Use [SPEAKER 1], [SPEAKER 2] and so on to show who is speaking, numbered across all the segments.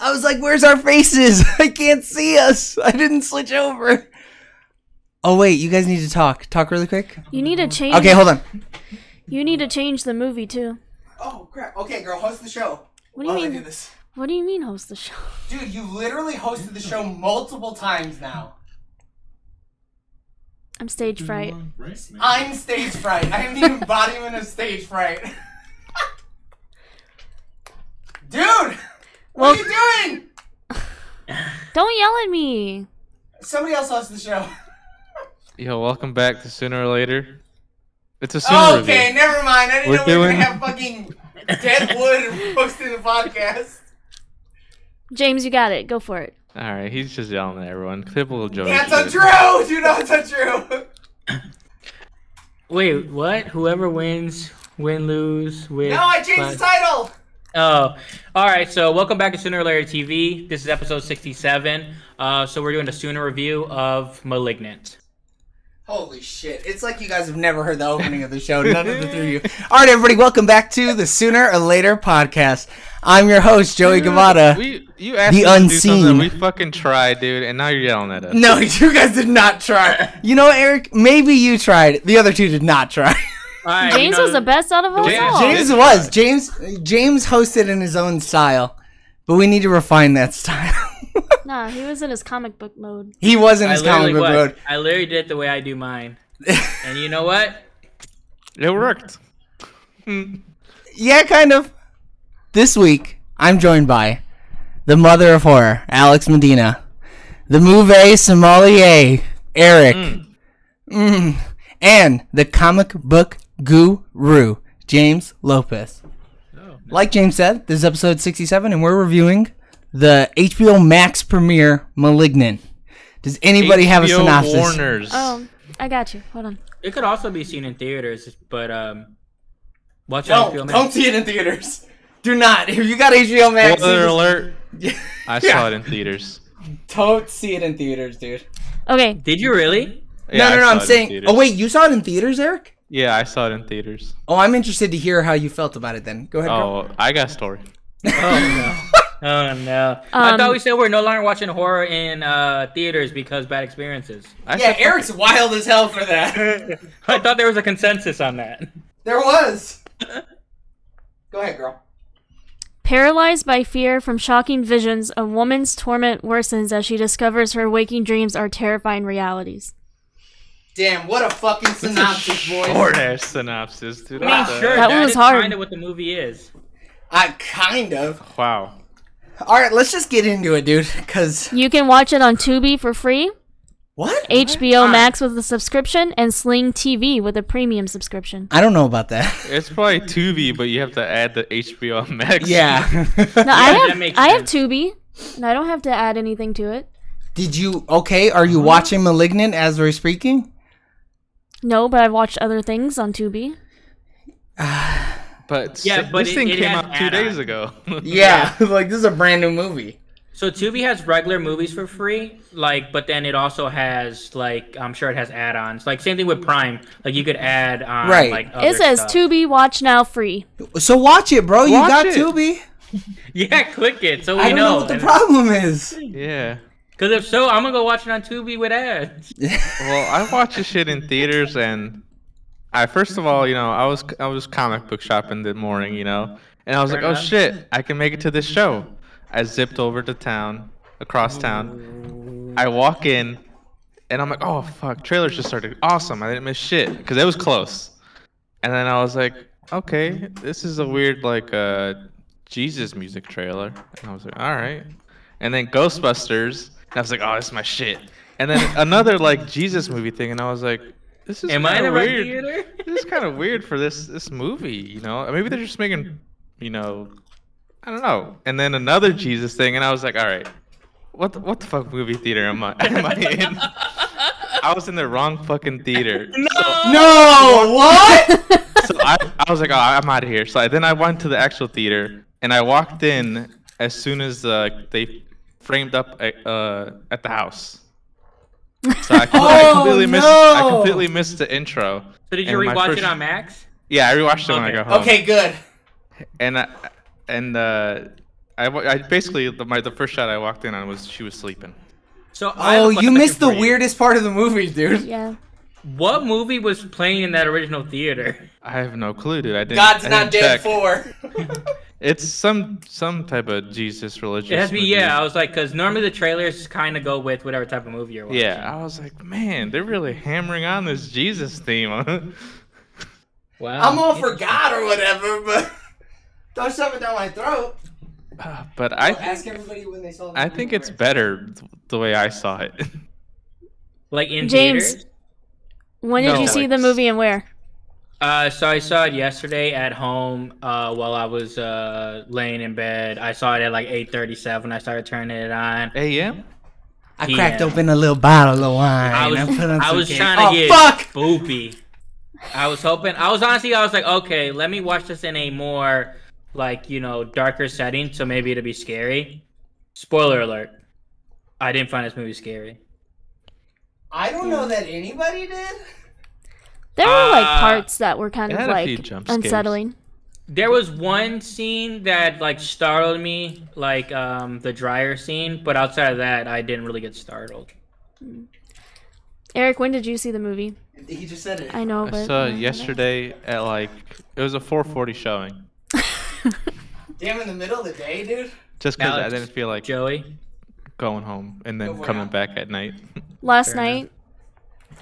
[SPEAKER 1] I was like, where's our faces? I can't see us. I didn't switch over. Oh wait, you guys need to talk. Talk really quick.
[SPEAKER 2] You need to change.
[SPEAKER 1] Okay, hold on.
[SPEAKER 2] You need to change the movie too.
[SPEAKER 3] Oh crap! Okay, girl, host the show.
[SPEAKER 2] What do
[SPEAKER 1] Oh,
[SPEAKER 2] you
[SPEAKER 3] Love I do
[SPEAKER 2] mean?
[SPEAKER 3] this.
[SPEAKER 2] What do you mean host the show?
[SPEAKER 3] Dude, you literally hosted the show multiple times now.
[SPEAKER 2] I'm stage fright.
[SPEAKER 4] Right? man?
[SPEAKER 3] I'm stage fright. I am the embodiment of stage fright. Dude, what
[SPEAKER 2] Well-
[SPEAKER 3] are you doing?
[SPEAKER 2] Don't yell at me.
[SPEAKER 3] Somebody else hosts the show.
[SPEAKER 5] Yo, welcome back to Sooner or Later. It's a sooner
[SPEAKER 3] Okay,
[SPEAKER 5] review.
[SPEAKER 3] never mind. I didn't
[SPEAKER 5] We're
[SPEAKER 3] know we were gonna
[SPEAKER 5] doing-
[SPEAKER 3] have fucking dead wood hosting the podcast.
[SPEAKER 2] James, you got it. Go for it.
[SPEAKER 5] All right, he's just yelling at everyone. Clip will join.
[SPEAKER 3] That's untrue. Dude, that's untrue.
[SPEAKER 4] Wait, what? Whoever wins, win, lose, win.
[SPEAKER 3] No, I changed the title.
[SPEAKER 4] Oh, all right. So welcome back to Sooner or Later TV. This is episode sixty-seven. Uh, so we're doing a Sooner review of *Malignant*.
[SPEAKER 3] Holy shit! It's like you guys have never heard the opening of the show.
[SPEAKER 1] None of the three of you. All right, everybody, welcome back to the Sooner or Later podcast. I'm your host, Joey Gavada.
[SPEAKER 5] We, you asked
[SPEAKER 1] The
[SPEAKER 5] us to do something
[SPEAKER 1] unseen.
[SPEAKER 5] we fucking tried, dude, and now you're yelling at us.
[SPEAKER 1] No, you guys did not try. You know, what, Eric, maybe you tried. The other two did not try.
[SPEAKER 4] All right, you
[SPEAKER 2] James
[SPEAKER 4] know-
[SPEAKER 2] was the best out of us
[SPEAKER 5] James-
[SPEAKER 2] all.
[SPEAKER 1] James
[SPEAKER 5] did
[SPEAKER 1] was. James James hosted in his own style, but we need to refine that style.
[SPEAKER 2] Nah, he was in his comic book mode.
[SPEAKER 1] he was in
[SPEAKER 4] I
[SPEAKER 1] his comic
[SPEAKER 4] literally
[SPEAKER 1] book
[SPEAKER 4] was.
[SPEAKER 1] road.
[SPEAKER 4] I literally did it the way I do mine. and you know what?
[SPEAKER 5] It worked.
[SPEAKER 1] Yeah, kind of. This week, I'm joined by the mother of horror, Alex Medina, the Mouvet sommelier, Eric, Mm. and the comic book guru, James Lopez.
[SPEAKER 5] Oh.
[SPEAKER 1] Like James said, this is episode 67, and we're reviewing the HBO Max premiere, Malignant. Does anybody have a
[SPEAKER 5] HBO
[SPEAKER 1] synopsis?
[SPEAKER 5] Warners.
[SPEAKER 3] Um,
[SPEAKER 2] Oh, I got you. Hold on.
[SPEAKER 4] It could also be seen in theaters, but um, watch
[SPEAKER 3] No,
[SPEAKER 4] it. on HBO Max.
[SPEAKER 3] don't see it in theaters.
[SPEAKER 1] Do not. If you got HBO Max,
[SPEAKER 5] Spoiler
[SPEAKER 1] you
[SPEAKER 5] alert.
[SPEAKER 1] just-
[SPEAKER 5] I saw it in theaters.
[SPEAKER 3] Don't see it in theaters, dude.
[SPEAKER 2] Okay,
[SPEAKER 4] Did you really?
[SPEAKER 5] Yeah,
[SPEAKER 1] no,
[SPEAKER 5] I
[SPEAKER 1] no, no.
[SPEAKER 5] saw
[SPEAKER 1] I'm
[SPEAKER 5] it in
[SPEAKER 1] saying.
[SPEAKER 5] theaters.
[SPEAKER 1] Oh, wait, you saw it in theaters, Eric?
[SPEAKER 5] Yeah, I saw it in theaters.
[SPEAKER 1] Oh, I'm interested to hear how you felt about it then. Go ahead. Girl.
[SPEAKER 5] Oh, I got a story.
[SPEAKER 4] Oh no. Oh no. I
[SPEAKER 2] Um,
[SPEAKER 4] thought we said we're no longer watching horror in uh, theaters because bad experiences.
[SPEAKER 5] I
[SPEAKER 3] Yeah,
[SPEAKER 5] said-
[SPEAKER 3] Eric's wild as hell for that.
[SPEAKER 4] I thought there was a consensus on that.
[SPEAKER 3] There was. Go ahead, girl.
[SPEAKER 2] Paralyzed by fear from shocking visions, a woman's torment worsens as she discovers her waking dreams are terrifying realities.
[SPEAKER 3] Damn, what a fucking synopsis, boys.
[SPEAKER 5] Short ass synopsis, dude.
[SPEAKER 4] I mean,
[SPEAKER 5] What the-
[SPEAKER 4] sure,
[SPEAKER 2] That one was hard.
[SPEAKER 4] Kind of what the movie is.
[SPEAKER 3] I kind of.
[SPEAKER 5] Wow.
[SPEAKER 1] All right, let's just get into it, dude. Cause
[SPEAKER 2] You can watch it on Tubi for free,
[SPEAKER 1] what?
[SPEAKER 2] HBO Max with a subscription, and Sling TV with a premium subscription.
[SPEAKER 1] I don't know about that.
[SPEAKER 5] It's probably Tubi, but you have to add the HBO Max.
[SPEAKER 1] yeah.
[SPEAKER 2] No, I
[SPEAKER 4] that
[SPEAKER 2] have
[SPEAKER 4] makes
[SPEAKER 2] I have
[SPEAKER 4] sense.
[SPEAKER 2] Tubi, and I don't have to add anything to it.
[SPEAKER 1] Did you? Okay. Are you watching *Malignant* as we're speaking?
[SPEAKER 2] No, but I've watched other things on Tubi.
[SPEAKER 5] But
[SPEAKER 4] Yeah,
[SPEAKER 5] si-
[SPEAKER 4] but
[SPEAKER 5] this
[SPEAKER 4] it-
[SPEAKER 5] thing
[SPEAKER 4] it
[SPEAKER 5] came
[SPEAKER 4] has
[SPEAKER 5] out two days
[SPEAKER 4] add-ons.
[SPEAKER 5] ago.
[SPEAKER 1] Yeah. like this is a brand new movie.
[SPEAKER 4] So Tubi has regular movies for free, like, but then it also has like I'm sure it has add-ons. Like same thing with Prime, like you could add on
[SPEAKER 1] Right.
[SPEAKER 4] like other
[SPEAKER 2] It says
[SPEAKER 4] stuff.
[SPEAKER 2] Tubi Watch Now free.
[SPEAKER 1] So watch it, bro. You
[SPEAKER 5] Watch
[SPEAKER 1] got
[SPEAKER 5] it.
[SPEAKER 1] Tubi.
[SPEAKER 4] Yeah, click it so we
[SPEAKER 1] I don't know, what the problem is.
[SPEAKER 5] yeah.
[SPEAKER 4] Because if so, I'm gonna go watch it on Tubi with ads.
[SPEAKER 5] Well, I watched this shit in theaters, and I first of all, you know, I was I was comic book shopping the morning, you know, and I was like, oh
[SPEAKER 4] enough.
[SPEAKER 5] shit, I can make it to this show. I zipped over to town, across town. I walk in, and I'm like, oh fuck, trailers just started. Awesome, I didn't miss shit because it was close. And then I was like, okay,
[SPEAKER 4] Mm-hmm.
[SPEAKER 5] this is a weird like uh, Jesus music trailer, and I was like, all right. And then Ghostbusters, and I was like, oh, this is my shit. And then another like Jesus movie thing, and I was like, this is
[SPEAKER 4] Am I in
[SPEAKER 5] kinda
[SPEAKER 4] the right
[SPEAKER 5] weird
[SPEAKER 4] theater?
[SPEAKER 5] this is kind of weird for this this movie, you know. Maybe they're just making, you know, I don't know. And then another Jesus thing, and I was like, all right, what the, what the fuck movie theater am I am I in? I was in the wrong fucking theater.
[SPEAKER 1] No. What?
[SPEAKER 5] So I, I was like, oh, I'm out of here. So I, then I went to the actual theater, and I walked in as soon as uh, they framed up uh, uh, at the house. So I completely, I
[SPEAKER 1] Oh,
[SPEAKER 5] completely missed I
[SPEAKER 1] no.
[SPEAKER 5] completely missed the intro.
[SPEAKER 4] So did you
[SPEAKER 5] And my
[SPEAKER 4] rewatch
[SPEAKER 5] first-
[SPEAKER 4] it on Max?
[SPEAKER 5] Yeah, I rewatched it when I
[SPEAKER 4] Okay.
[SPEAKER 5] got home.
[SPEAKER 3] Okay, good.
[SPEAKER 5] and I, and uh, I, wa- I basically the, my the first shot I walked in on was she was sleeping.
[SPEAKER 4] So I have a
[SPEAKER 3] Oh, you
[SPEAKER 4] question
[SPEAKER 3] missed the
[SPEAKER 4] for you.
[SPEAKER 3] weirdest part of the movie, dude.
[SPEAKER 2] Yeah.
[SPEAKER 4] What movie was playing in that original theater?
[SPEAKER 5] I have no clue, dude. I didn't.
[SPEAKER 3] God's
[SPEAKER 5] I
[SPEAKER 3] not
[SPEAKER 5] didn't
[SPEAKER 3] dead
[SPEAKER 5] check.
[SPEAKER 3] four.
[SPEAKER 5] It's some some type of Jesus religious.
[SPEAKER 4] It has to be
[SPEAKER 5] movie.
[SPEAKER 4] yeah. I was like, because normally the trailers kind of go with whatever type of movie you're watching.
[SPEAKER 5] Yeah, I was like, man, they're really hammering on this Jesus theme. Uh,
[SPEAKER 4] Wow.
[SPEAKER 3] I'm all for God or whatever, but don't shove it down my throat.
[SPEAKER 5] but I
[SPEAKER 3] Ask everybody when they saw. the
[SPEAKER 5] I
[SPEAKER 3] movie
[SPEAKER 5] think it's
[SPEAKER 3] first.
[SPEAKER 5] better th- the way I saw it.
[SPEAKER 4] like in
[SPEAKER 2] James.
[SPEAKER 4] theaters?
[SPEAKER 2] When did
[SPEAKER 5] No.
[SPEAKER 2] you see the movie and where?
[SPEAKER 4] Uh, so I saw it yesterday at home uh, while I was uh, laying in bed. I saw it at like 8:37. I started turning it on.
[SPEAKER 5] A.M.
[SPEAKER 1] I
[SPEAKER 4] Yeah.
[SPEAKER 1] cracked open a little bottle of wine.
[SPEAKER 4] I was,
[SPEAKER 1] I put on
[SPEAKER 4] I
[SPEAKER 1] some
[SPEAKER 4] was
[SPEAKER 1] cake.
[SPEAKER 4] trying to
[SPEAKER 1] oh,
[SPEAKER 4] get
[SPEAKER 1] fuck!
[SPEAKER 4] spoopy. I was hoping. I was honestly. I was like, okay, let me watch this in a more like you know darker setting, so maybe it'll be scary. Spoiler alert: I didn't find this movie scary.
[SPEAKER 3] I don't know that anybody did.
[SPEAKER 2] There were like
[SPEAKER 4] Uh,
[SPEAKER 2] parts that were kind
[SPEAKER 5] it
[SPEAKER 2] of
[SPEAKER 5] had a few
[SPEAKER 2] like
[SPEAKER 5] jump scares.
[SPEAKER 2] unsettling.
[SPEAKER 4] There was one scene that like startled me, like um the dryer scene, but outside of that, I didn't really get startled.
[SPEAKER 2] Eric, when did you see the movie?
[SPEAKER 3] He just said it.
[SPEAKER 2] I know, but
[SPEAKER 5] I saw it yesterday at like it was a 4:40 showing.
[SPEAKER 3] Damn, in the middle of the day, dude.
[SPEAKER 5] Just because I
[SPEAKER 4] Alex,
[SPEAKER 5] didn't feel like
[SPEAKER 4] Joey.
[SPEAKER 5] going home and then
[SPEAKER 3] Go
[SPEAKER 5] coming
[SPEAKER 3] out.
[SPEAKER 5] back at night.
[SPEAKER 2] last
[SPEAKER 4] Fair enough.
[SPEAKER 2] night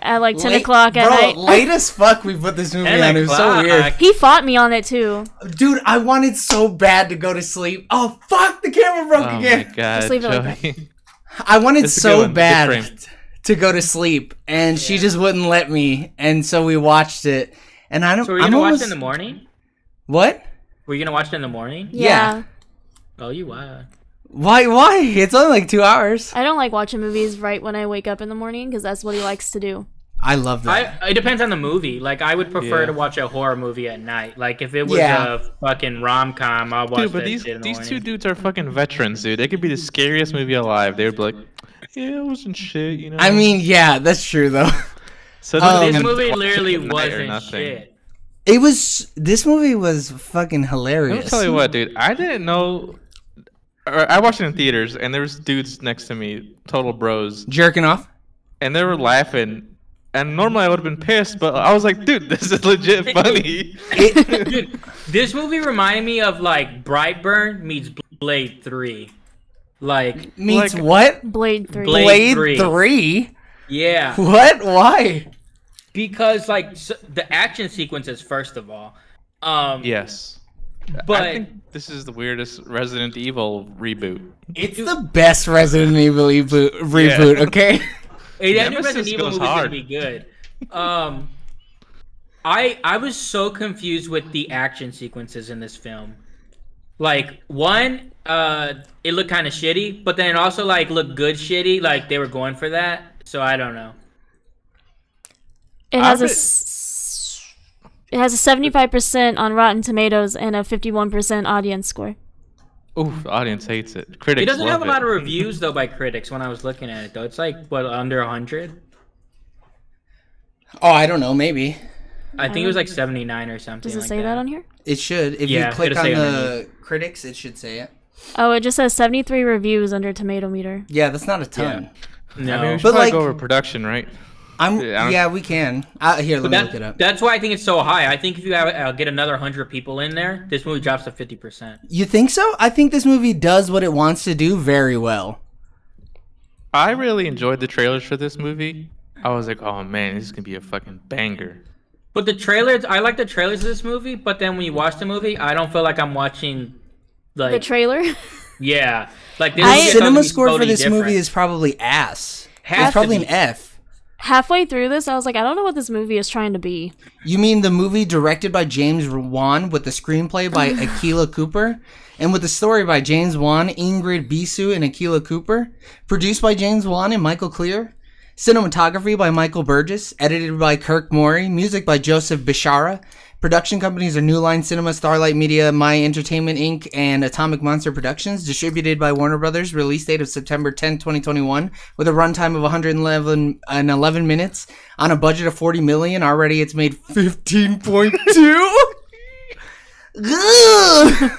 [SPEAKER 2] at like 10
[SPEAKER 1] Late-
[SPEAKER 2] o'clock at
[SPEAKER 1] bro,
[SPEAKER 2] night.
[SPEAKER 1] late as fuck we put this movie
[SPEAKER 4] And
[SPEAKER 1] on. Oh, It was so weird.
[SPEAKER 2] He fought me on it too.
[SPEAKER 1] Dude, I wanted so bad to go to sleep. Oh, fuck, the camera broke
[SPEAKER 5] oh my
[SPEAKER 1] again.
[SPEAKER 5] god,
[SPEAKER 2] leave it like
[SPEAKER 5] Joey.
[SPEAKER 1] I wanted
[SPEAKER 5] It's a good
[SPEAKER 1] so
[SPEAKER 5] one. Good
[SPEAKER 1] bad
[SPEAKER 5] frame.
[SPEAKER 1] to go to sleep, and she just wouldn't let me. And so we watched it. And I don't.
[SPEAKER 4] So were you
[SPEAKER 1] I'm
[SPEAKER 4] gonna
[SPEAKER 1] almost,
[SPEAKER 4] watch it in the morning?
[SPEAKER 1] What?
[SPEAKER 4] Were you gonna watch it in the morning?
[SPEAKER 1] Yeah.
[SPEAKER 2] Yeah.
[SPEAKER 4] Oh, you wild.
[SPEAKER 1] Why? Why? It's only like two hours.
[SPEAKER 2] I don't like watching movies right when I wake up in the morning because that's what he likes to do.
[SPEAKER 1] I love that.
[SPEAKER 4] I, it depends on the movie. Like, I would prefer
[SPEAKER 5] Yeah.
[SPEAKER 4] to watch a horror movie at night. Like, if it was
[SPEAKER 1] Yeah.
[SPEAKER 4] a fucking rom com, I'll watch
[SPEAKER 5] Dude, but
[SPEAKER 4] that
[SPEAKER 5] these
[SPEAKER 4] shit in the
[SPEAKER 5] these two
[SPEAKER 4] morning.
[SPEAKER 5] dudes are fucking veterans, dude. They could be the scariest movie alive. They would be like, yeah, it wasn't shit, you know.
[SPEAKER 1] I, mean, yeah, that's true though.
[SPEAKER 5] so
[SPEAKER 1] um,
[SPEAKER 4] This
[SPEAKER 1] and-
[SPEAKER 4] movie
[SPEAKER 5] watch it
[SPEAKER 4] literally
[SPEAKER 5] at night or
[SPEAKER 4] wasn't
[SPEAKER 5] nothing.
[SPEAKER 4] shit.
[SPEAKER 1] It was. This movie was fucking
[SPEAKER 5] Let me
[SPEAKER 1] hilarious.
[SPEAKER 5] tell you what, dude. I didn't know. Or I watched it in theaters, and there was dudes next to me, total bros,
[SPEAKER 1] Jerking off.
[SPEAKER 5] and they were laughing. And normally I would have been pissed, but I was like, dude, this is legit funny.
[SPEAKER 1] It,
[SPEAKER 4] Dude, this movie reminded me of like Brightburn meets Blade Three. Like,
[SPEAKER 1] means
[SPEAKER 5] Like-
[SPEAKER 1] what?
[SPEAKER 2] Blade 3.
[SPEAKER 4] Blade-
[SPEAKER 1] three.
[SPEAKER 4] three. yeah,
[SPEAKER 1] What? Why?
[SPEAKER 4] because like s the action sequences, first of all. Um,
[SPEAKER 5] yes. I
[SPEAKER 4] but
[SPEAKER 5] think this is the weirdest Resident Evil reboot.
[SPEAKER 1] It's the best Resident Evil reboot. reboot okay.
[SPEAKER 4] Hey, I knew
[SPEAKER 5] Nemesis
[SPEAKER 4] Resident Evil
[SPEAKER 5] goes
[SPEAKER 4] was gonna
[SPEAKER 5] hard.
[SPEAKER 4] be good. Um, I I was so confused with the action sequences in this film. Like one, uh, it looked kind of shitty, but then it also like looked good shitty. Like they were going for that, so I don't know.
[SPEAKER 2] It has a
[SPEAKER 5] I've been-
[SPEAKER 2] s- it has a 75% on Rotten Tomatoes and a 51% audience score.
[SPEAKER 5] Oof, the audience hates it. Critics
[SPEAKER 4] It doesn't
[SPEAKER 5] love
[SPEAKER 4] have a lot
[SPEAKER 5] it.
[SPEAKER 4] of reviews though by critics. When I was looking at it though, it's like what under hundred.
[SPEAKER 1] Oh, I don't know. Maybe.
[SPEAKER 4] I think it was like seventy nine or something.
[SPEAKER 2] Does it
[SPEAKER 4] like
[SPEAKER 2] say that. on here?
[SPEAKER 1] It should. If
[SPEAKER 4] Yeah,
[SPEAKER 1] you click
[SPEAKER 4] it'll
[SPEAKER 1] on
[SPEAKER 4] say
[SPEAKER 1] the critics, it should say it.
[SPEAKER 2] Oh, it just says 73 reviews under Tomato Meter.
[SPEAKER 1] Yeah, that's not a ton.
[SPEAKER 4] No.
[SPEAKER 5] I mean, we should
[SPEAKER 1] But,
[SPEAKER 5] probably
[SPEAKER 1] like-
[SPEAKER 5] go over production, right?
[SPEAKER 1] I'm.
[SPEAKER 5] Yeah, I
[SPEAKER 1] Yeah,
[SPEAKER 5] don't-
[SPEAKER 1] we can. Uh, here, let me
[SPEAKER 4] That-
[SPEAKER 1] look it up.
[SPEAKER 4] that's why I think it's so high. I think if you have, uh, get another hundred people in there, this movie drops to fifty percent.
[SPEAKER 1] You think so? I think this movie does what it wants to do very well.
[SPEAKER 5] I really enjoyed the trailers for this movie. I was like, oh man, this is gonna be a fucking banger.
[SPEAKER 4] But the trailers, I like the trailers of this movie. But then when you watch the movie, I don't feel like I'm watching, like
[SPEAKER 2] The trailer?
[SPEAKER 4] yeah, like this
[SPEAKER 1] The
[SPEAKER 2] I-
[SPEAKER 4] is
[SPEAKER 1] cinema
[SPEAKER 4] something
[SPEAKER 1] score for
[SPEAKER 4] totally
[SPEAKER 1] this
[SPEAKER 4] different.
[SPEAKER 1] movie is probably ass.
[SPEAKER 4] Has
[SPEAKER 1] it's
[SPEAKER 4] to
[SPEAKER 1] probably an
[SPEAKER 4] be.
[SPEAKER 1] F.
[SPEAKER 2] Halfway through this, I was like, I don't know what this movie is trying to be.
[SPEAKER 1] You mean the movie directed by James Wan with the screenplay by Akila Cooper and with the story by James Wan, Ingrid Bisu, and Akila Cooper? Produced by James Wan and Michael Clear? Cinematography by Michael Burgess, edited by Kirk Morey, music by Joseph Bishara. Production companies are New Line Cinema, Starlight Media, My Entertainment Inc., and Atomic Monster Productions. Distributed by Warner Brothers. Release date of September 10, 2021, with a runtime of 111 and 11 minutes on a budget of 40 million. Already, it's made 15.2. Ugh.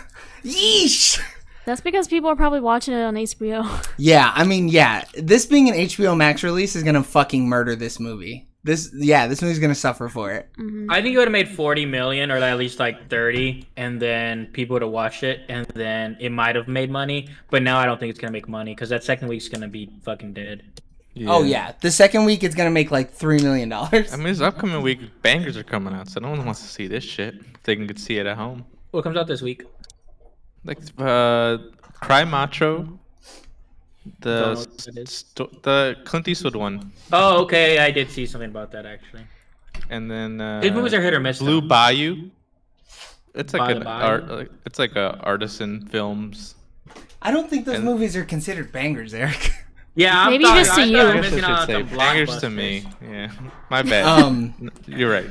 [SPEAKER 1] Yeesh.
[SPEAKER 2] That's because people are probably watching it on HBO.
[SPEAKER 1] Yeah, I mean, yeah, this being an HBO Max release is gonna fucking murder this movie. This, yeah, this movie's gonna suffer for it.
[SPEAKER 4] I think it would have made 40 million or at least like 30, and then people would have watched it, and then it might have made money. But now I don't think it's gonna make money because that second week's gonna be fucking dead.
[SPEAKER 1] Oh yeah, the second week it's gonna make like three million dollars.
[SPEAKER 5] I mean, this upcoming week, bangers are coming out, so no one wants to see this shit. If they can could see it at home.
[SPEAKER 4] What comes out this week?
[SPEAKER 5] Like, uh, Cry Macho, the
[SPEAKER 4] Don't know what that is.
[SPEAKER 5] sto- the Clint Eastwood one,
[SPEAKER 4] Oh, okay, I did see something about that actually.
[SPEAKER 5] and then uh,
[SPEAKER 4] These movies are hit or miss.
[SPEAKER 5] Blue
[SPEAKER 4] though.
[SPEAKER 5] Bayou. It's like
[SPEAKER 4] By
[SPEAKER 5] an
[SPEAKER 4] the
[SPEAKER 5] art,
[SPEAKER 4] Bayou?
[SPEAKER 5] like, it's like a artisan films.
[SPEAKER 1] I don't think those
[SPEAKER 5] And-
[SPEAKER 1] movies are considered bangers, Eric.
[SPEAKER 4] Yeah, I'm
[SPEAKER 2] Maybe
[SPEAKER 4] sorry,
[SPEAKER 2] just to
[SPEAKER 4] I thought
[SPEAKER 2] you.
[SPEAKER 4] I was
[SPEAKER 5] I guess
[SPEAKER 4] missing out
[SPEAKER 5] I
[SPEAKER 4] on
[SPEAKER 5] should say
[SPEAKER 4] some
[SPEAKER 5] bangers to me.
[SPEAKER 4] blockbusters.
[SPEAKER 5] Yeah, my bad.
[SPEAKER 1] Um,
[SPEAKER 4] Oh.
[SPEAKER 5] You're right.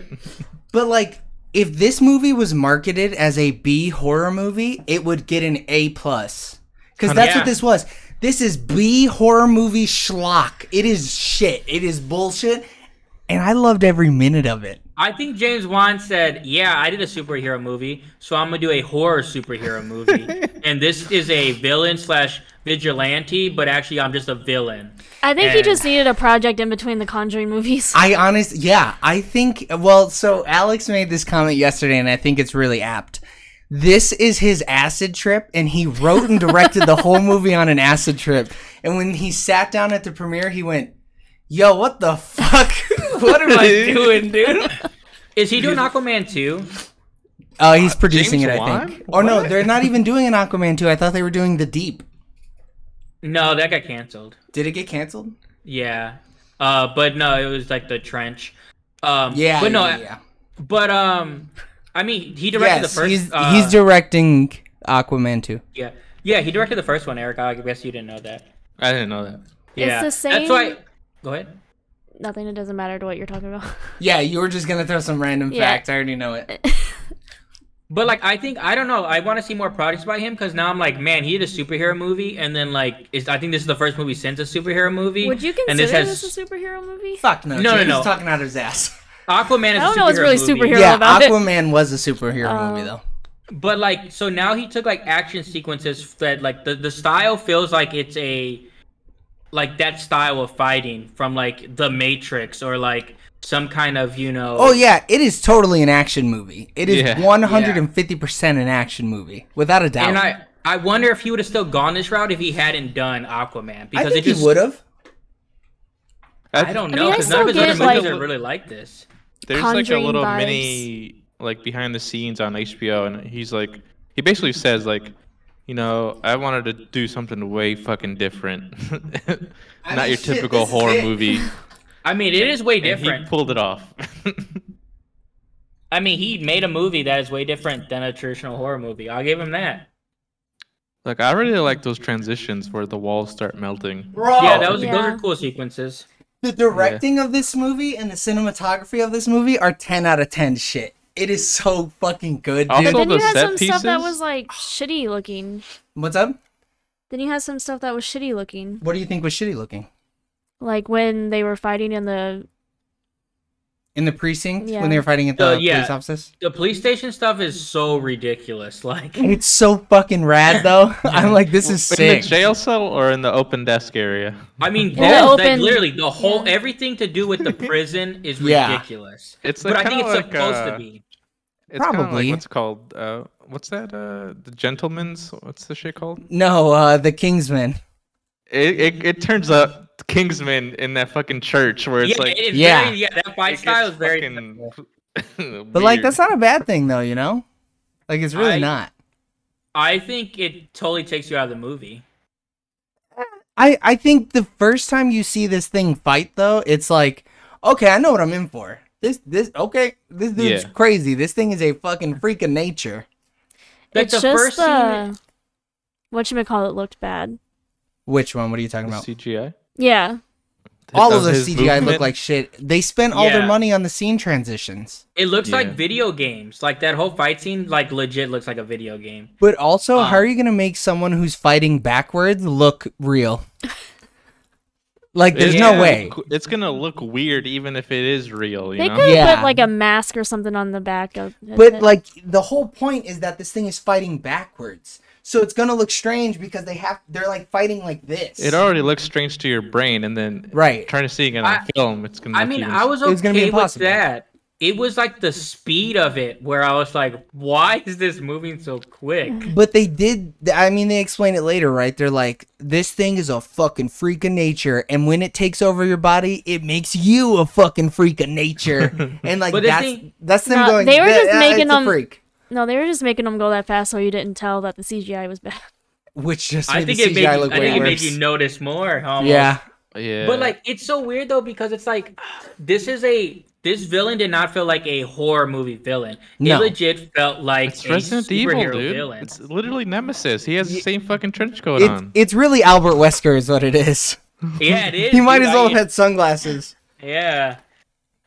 [SPEAKER 1] But like, if this movie was marketed as a B horror movie, it would get an A plus. Because that's
[SPEAKER 4] Yeah.
[SPEAKER 1] what this was. This is B horror movie schlock. It is shit. It is bullshit. And I loved every minute of it.
[SPEAKER 4] I think James Wan said, "Yeah, I did a superhero movie, so I'm gonna do a horror superhero movie, and this is a villain slash vigilante, but actually I'm just a villain."
[SPEAKER 2] I think he
[SPEAKER 4] And-
[SPEAKER 2] just needed a project in between the Conjuring movies.
[SPEAKER 1] I honest, yeah, I think. Well, so Alex made this comment yesterday, and I think it's really apt. This is his acid trip, and he wrote and directed the whole movie on an acid trip. And when he sat down at the premiere, he went, "Yo, what the fuck? what am I doing, dude?"
[SPEAKER 4] Is he doing Aquaman too?
[SPEAKER 1] Oh, he's producing
[SPEAKER 5] James
[SPEAKER 1] it, I
[SPEAKER 5] Wan?
[SPEAKER 1] think. Or no, they're not even doing an Aquaman 2. I thought they were doing The Deep.
[SPEAKER 4] No, that got canceled.
[SPEAKER 1] Did it get canceled?
[SPEAKER 4] Yeah, uh, but no, it was like the trench. Um,
[SPEAKER 1] Yeah.
[SPEAKER 4] but no,
[SPEAKER 1] yeah, yeah.
[SPEAKER 4] but um, I mean, he directed
[SPEAKER 1] Yes,
[SPEAKER 4] the first.
[SPEAKER 1] he's,
[SPEAKER 4] uh,
[SPEAKER 1] he's directing Aquaman 2.
[SPEAKER 4] yeah, yeah, he directed the first one, Eric. I guess you didn't know that.
[SPEAKER 5] I didn't know that.
[SPEAKER 4] Yeah,
[SPEAKER 2] the same-
[SPEAKER 4] That's why. Go ahead.
[SPEAKER 2] Nothing. It doesn't matter to what you're talking about.
[SPEAKER 1] Yeah, you were just going to throw some random
[SPEAKER 2] Yeah.
[SPEAKER 1] facts. I already know it.
[SPEAKER 4] But like I think I don't know. I want to see more projects by him because now I'm like, man, he did a superhero movie, and then like, is I think this is the first movie since a superhero movie.
[SPEAKER 2] Would you consider
[SPEAKER 4] and this has
[SPEAKER 2] a superhero movie?
[SPEAKER 1] Fuck no.
[SPEAKER 4] No, no,
[SPEAKER 1] James
[SPEAKER 4] no.
[SPEAKER 1] is talking out of his ass.
[SPEAKER 4] Aquaman? Is
[SPEAKER 2] I don't
[SPEAKER 4] a
[SPEAKER 2] know what's
[SPEAKER 4] superhero
[SPEAKER 2] really
[SPEAKER 4] movie,
[SPEAKER 2] superhero.
[SPEAKER 1] Yeah,
[SPEAKER 2] about it.
[SPEAKER 1] Aquaman was a superhero
[SPEAKER 4] Um,
[SPEAKER 2] Oh.
[SPEAKER 1] movie, though.
[SPEAKER 4] But like, so now he took like action sequences that like the the style feels like it's a like that style of fighting from like The Matrix or like some kind of you know.
[SPEAKER 1] Oh, yeah, it is totally an action movie. It is
[SPEAKER 5] Yeah.
[SPEAKER 1] 150% an action movie, without a doubt.
[SPEAKER 4] And I I wonder if he would have still gone this route if he hadn't done Aquaman
[SPEAKER 1] I
[SPEAKER 4] because
[SPEAKER 1] think
[SPEAKER 4] it just
[SPEAKER 1] he would have.
[SPEAKER 4] I don't
[SPEAKER 2] mean,
[SPEAKER 4] know
[SPEAKER 2] I
[SPEAKER 4] because none of his
[SPEAKER 2] still
[SPEAKER 4] other
[SPEAKER 2] get,
[SPEAKER 4] movies
[SPEAKER 2] like-
[SPEAKER 4] are really like this.
[SPEAKER 5] there's like a
[SPEAKER 2] Conjuring
[SPEAKER 5] little
[SPEAKER 2] vibes.
[SPEAKER 5] mini like behind the scenes on HBO, and he's like, he basically says like, you know, I wanted to do something way fucking different, not
[SPEAKER 3] mean,
[SPEAKER 5] your
[SPEAKER 3] shit,
[SPEAKER 5] typical
[SPEAKER 3] this is
[SPEAKER 5] horror
[SPEAKER 3] it.
[SPEAKER 5] movie.
[SPEAKER 4] I mean, it is way
[SPEAKER 5] and
[SPEAKER 4] different.
[SPEAKER 5] he pulled it off.
[SPEAKER 4] I mean, he made a movie that is way different than a traditional horror movie. I'll give him that.
[SPEAKER 5] like I really like those transitions where the walls start melting.
[SPEAKER 1] Bro,
[SPEAKER 4] yeah, that was those
[SPEAKER 2] Yeah.
[SPEAKER 4] are cool sequences.
[SPEAKER 1] The directing of this movie and the cinematography of this movie are 10 out of 10 shit. It is so fucking good, dude.
[SPEAKER 5] Also-
[SPEAKER 2] But then
[SPEAKER 5] the
[SPEAKER 2] you had
[SPEAKER 5] set
[SPEAKER 2] some stuff that
[SPEAKER 5] pieces?
[SPEAKER 2] was like shitty looking.
[SPEAKER 1] What's up?
[SPEAKER 2] Then you had some stuff that was shitty looking,
[SPEAKER 1] What do you think was shitty looking?
[SPEAKER 2] like when they were fighting in the.
[SPEAKER 1] In the precinct
[SPEAKER 2] Yeah.
[SPEAKER 1] when they were fighting at the
[SPEAKER 4] Uh, yeah.
[SPEAKER 1] police offices?
[SPEAKER 4] The police station stuff is so ridiculous. Like,
[SPEAKER 1] It's so fucking rad though. I'm like, this is
[SPEAKER 5] In
[SPEAKER 1] sick.
[SPEAKER 5] the jail cell or in the open desk area?
[SPEAKER 4] I mean, both,
[SPEAKER 2] Yeah, the
[SPEAKER 4] like,
[SPEAKER 2] open-
[SPEAKER 4] literally the whole everything to do with the prison is
[SPEAKER 1] Yeah.
[SPEAKER 4] ridiculous.
[SPEAKER 5] It's
[SPEAKER 4] but
[SPEAKER 5] like
[SPEAKER 4] I think it's
[SPEAKER 5] kinda like,
[SPEAKER 4] supposed to
[SPEAKER 5] uh,
[SPEAKER 4] be.
[SPEAKER 5] It's kinda
[SPEAKER 1] Probably.
[SPEAKER 5] Like what's called? Uh, what's that? Uh, the gentleman's? What's the shit called?
[SPEAKER 1] no, uh, the Kingsman.
[SPEAKER 5] It, it, it turns up Kingsman in that fucking church where it's
[SPEAKER 4] yeah,
[SPEAKER 5] like
[SPEAKER 4] it is
[SPEAKER 1] Yeah.
[SPEAKER 4] very- yeah, that fight style is very.
[SPEAKER 1] But like, that's not a bad thing though, you know? Like, it's really
[SPEAKER 4] I-
[SPEAKER 1] not.
[SPEAKER 4] I think it totally takes you out of the movie.
[SPEAKER 1] I, I think the first time you see this thing fight though, it's like, okay, I know what I'm in for. This this okay, this dude's
[SPEAKER 5] Yeah.
[SPEAKER 1] crazy. This thing is a fucking freak of nature.
[SPEAKER 4] Like
[SPEAKER 2] it's
[SPEAKER 4] the
[SPEAKER 2] just
[SPEAKER 4] first
[SPEAKER 2] the.
[SPEAKER 4] scene-
[SPEAKER 2] What you call it looked bad.
[SPEAKER 1] Which one? What are you talking about?
[SPEAKER 5] CGI.
[SPEAKER 2] Yeah,
[SPEAKER 1] All of
[SPEAKER 5] Of
[SPEAKER 1] the
[SPEAKER 5] his
[SPEAKER 1] CGI look
[SPEAKER 5] movement?
[SPEAKER 1] like shit. They spent all their
[SPEAKER 4] Yeah.
[SPEAKER 1] money on the scene transitions.
[SPEAKER 4] It looks like
[SPEAKER 5] Yeah.
[SPEAKER 4] video games. Like that whole fight scene, like legit looks like a video game.
[SPEAKER 1] But also, how
[SPEAKER 4] Uh.
[SPEAKER 1] are you gonna make someone who's fighting backwards look real? like, there's
[SPEAKER 5] It's
[SPEAKER 1] no
[SPEAKER 4] Yeah.
[SPEAKER 5] gonna
[SPEAKER 1] way.
[SPEAKER 5] look- It's gonna look weird even if it is real. You
[SPEAKER 2] they
[SPEAKER 5] know.
[SPEAKER 2] could have
[SPEAKER 1] Yeah.
[SPEAKER 2] put like a mask or something on the back of.
[SPEAKER 1] But like, the whole point is that this thing is fighting backwards.
[SPEAKER 3] So it's gonna look strange because they have they're like fighting like this.
[SPEAKER 5] It already looks strange to your brain, and then
[SPEAKER 1] Right.
[SPEAKER 5] trying to see again on
[SPEAKER 4] I-
[SPEAKER 5] film, it's gonna.
[SPEAKER 4] I
[SPEAKER 5] look
[SPEAKER 4] mean,
[SPEAKER 5] even-
[SPEAKER 4] I was
[SPEAKER 1] It was gonna be
[SPEAKER 4] okay with
[SPEAKER 1] impossible.
[SPEAKER 4] that. It was like the speed of it where I was like, why is this moving so quick?
[SPEAKER 1] But they did. I mean, they explain it later, right? They're like, this thing is a fucking freak of nature, and when it takes over your body, it makes you a fucking freak of nature. and like
[SPEAKER 4] But the
[SPEAKER 1] that's
[SPEAKER 4] thing-
[SPEAKER 1] that's them
[SPEAKER 2] No,
[SPEAKER 1] going.
[SPEAKER 2] they were
[SPEAKER 1] "That-
[SPEAKER 2] just
[SPEAKER 1] uh,
[SPEAKER 2] making
[SPEAKER 1] it's a
[SPEAKER 2] them-
[SPEAKER 1] freak,
[SPEAKER 2] No, they were just making them go that fast so you didn't tell that the CGI was bad.
[SPEAKER 1] which just made
[SPEAKER 4] I think
[SPEAKER 1] the
[SPEAKER 4] it made,
[SPEAKER 1] CGI
[SPEAKER 4] you,
[SPEAKER 1] look
[SPEAKER 4] I
[SPEAKER 1] way
[SPEAKER 4] think it made
[SPEAKER 1] worse.
[SPEAKER 4] you notice more. Almost.
[SPEAKER 1] yeah,
[SPEAKER 5] yeah.
[SPEAKER 4] But like, it's so weird though because it's like, this is a this villain did not feel like a horror movie villain.
[SPEAKER 1] No.
[SPEAKER 4] It legit felt like
[SPEAKER 5] it's
[SPEAKER 4] a
[SPEAKER 5] Resident Evil,
[SPEAKER 4] superhero
[SPEAKER 5] dude.
[SPEAKER 4] villain.
[SPEAKER 5] It's literally Nemesis. He has the same fucking trench coat
[SPEAKER 1] It-
[SPEAKER 5] on.
[SPEAKER 1] it's really Albert Wesker is what it is.
[SPEAKER 4] yeah, it is.
[SPEAKER 1] He might
[SPEAKER 4] dude.
[SPEAKER 1] as well
[SPEAKER 4] I-
[SPEAKER 1] have had sunglasses.
[SPEAKER 4] Yeah.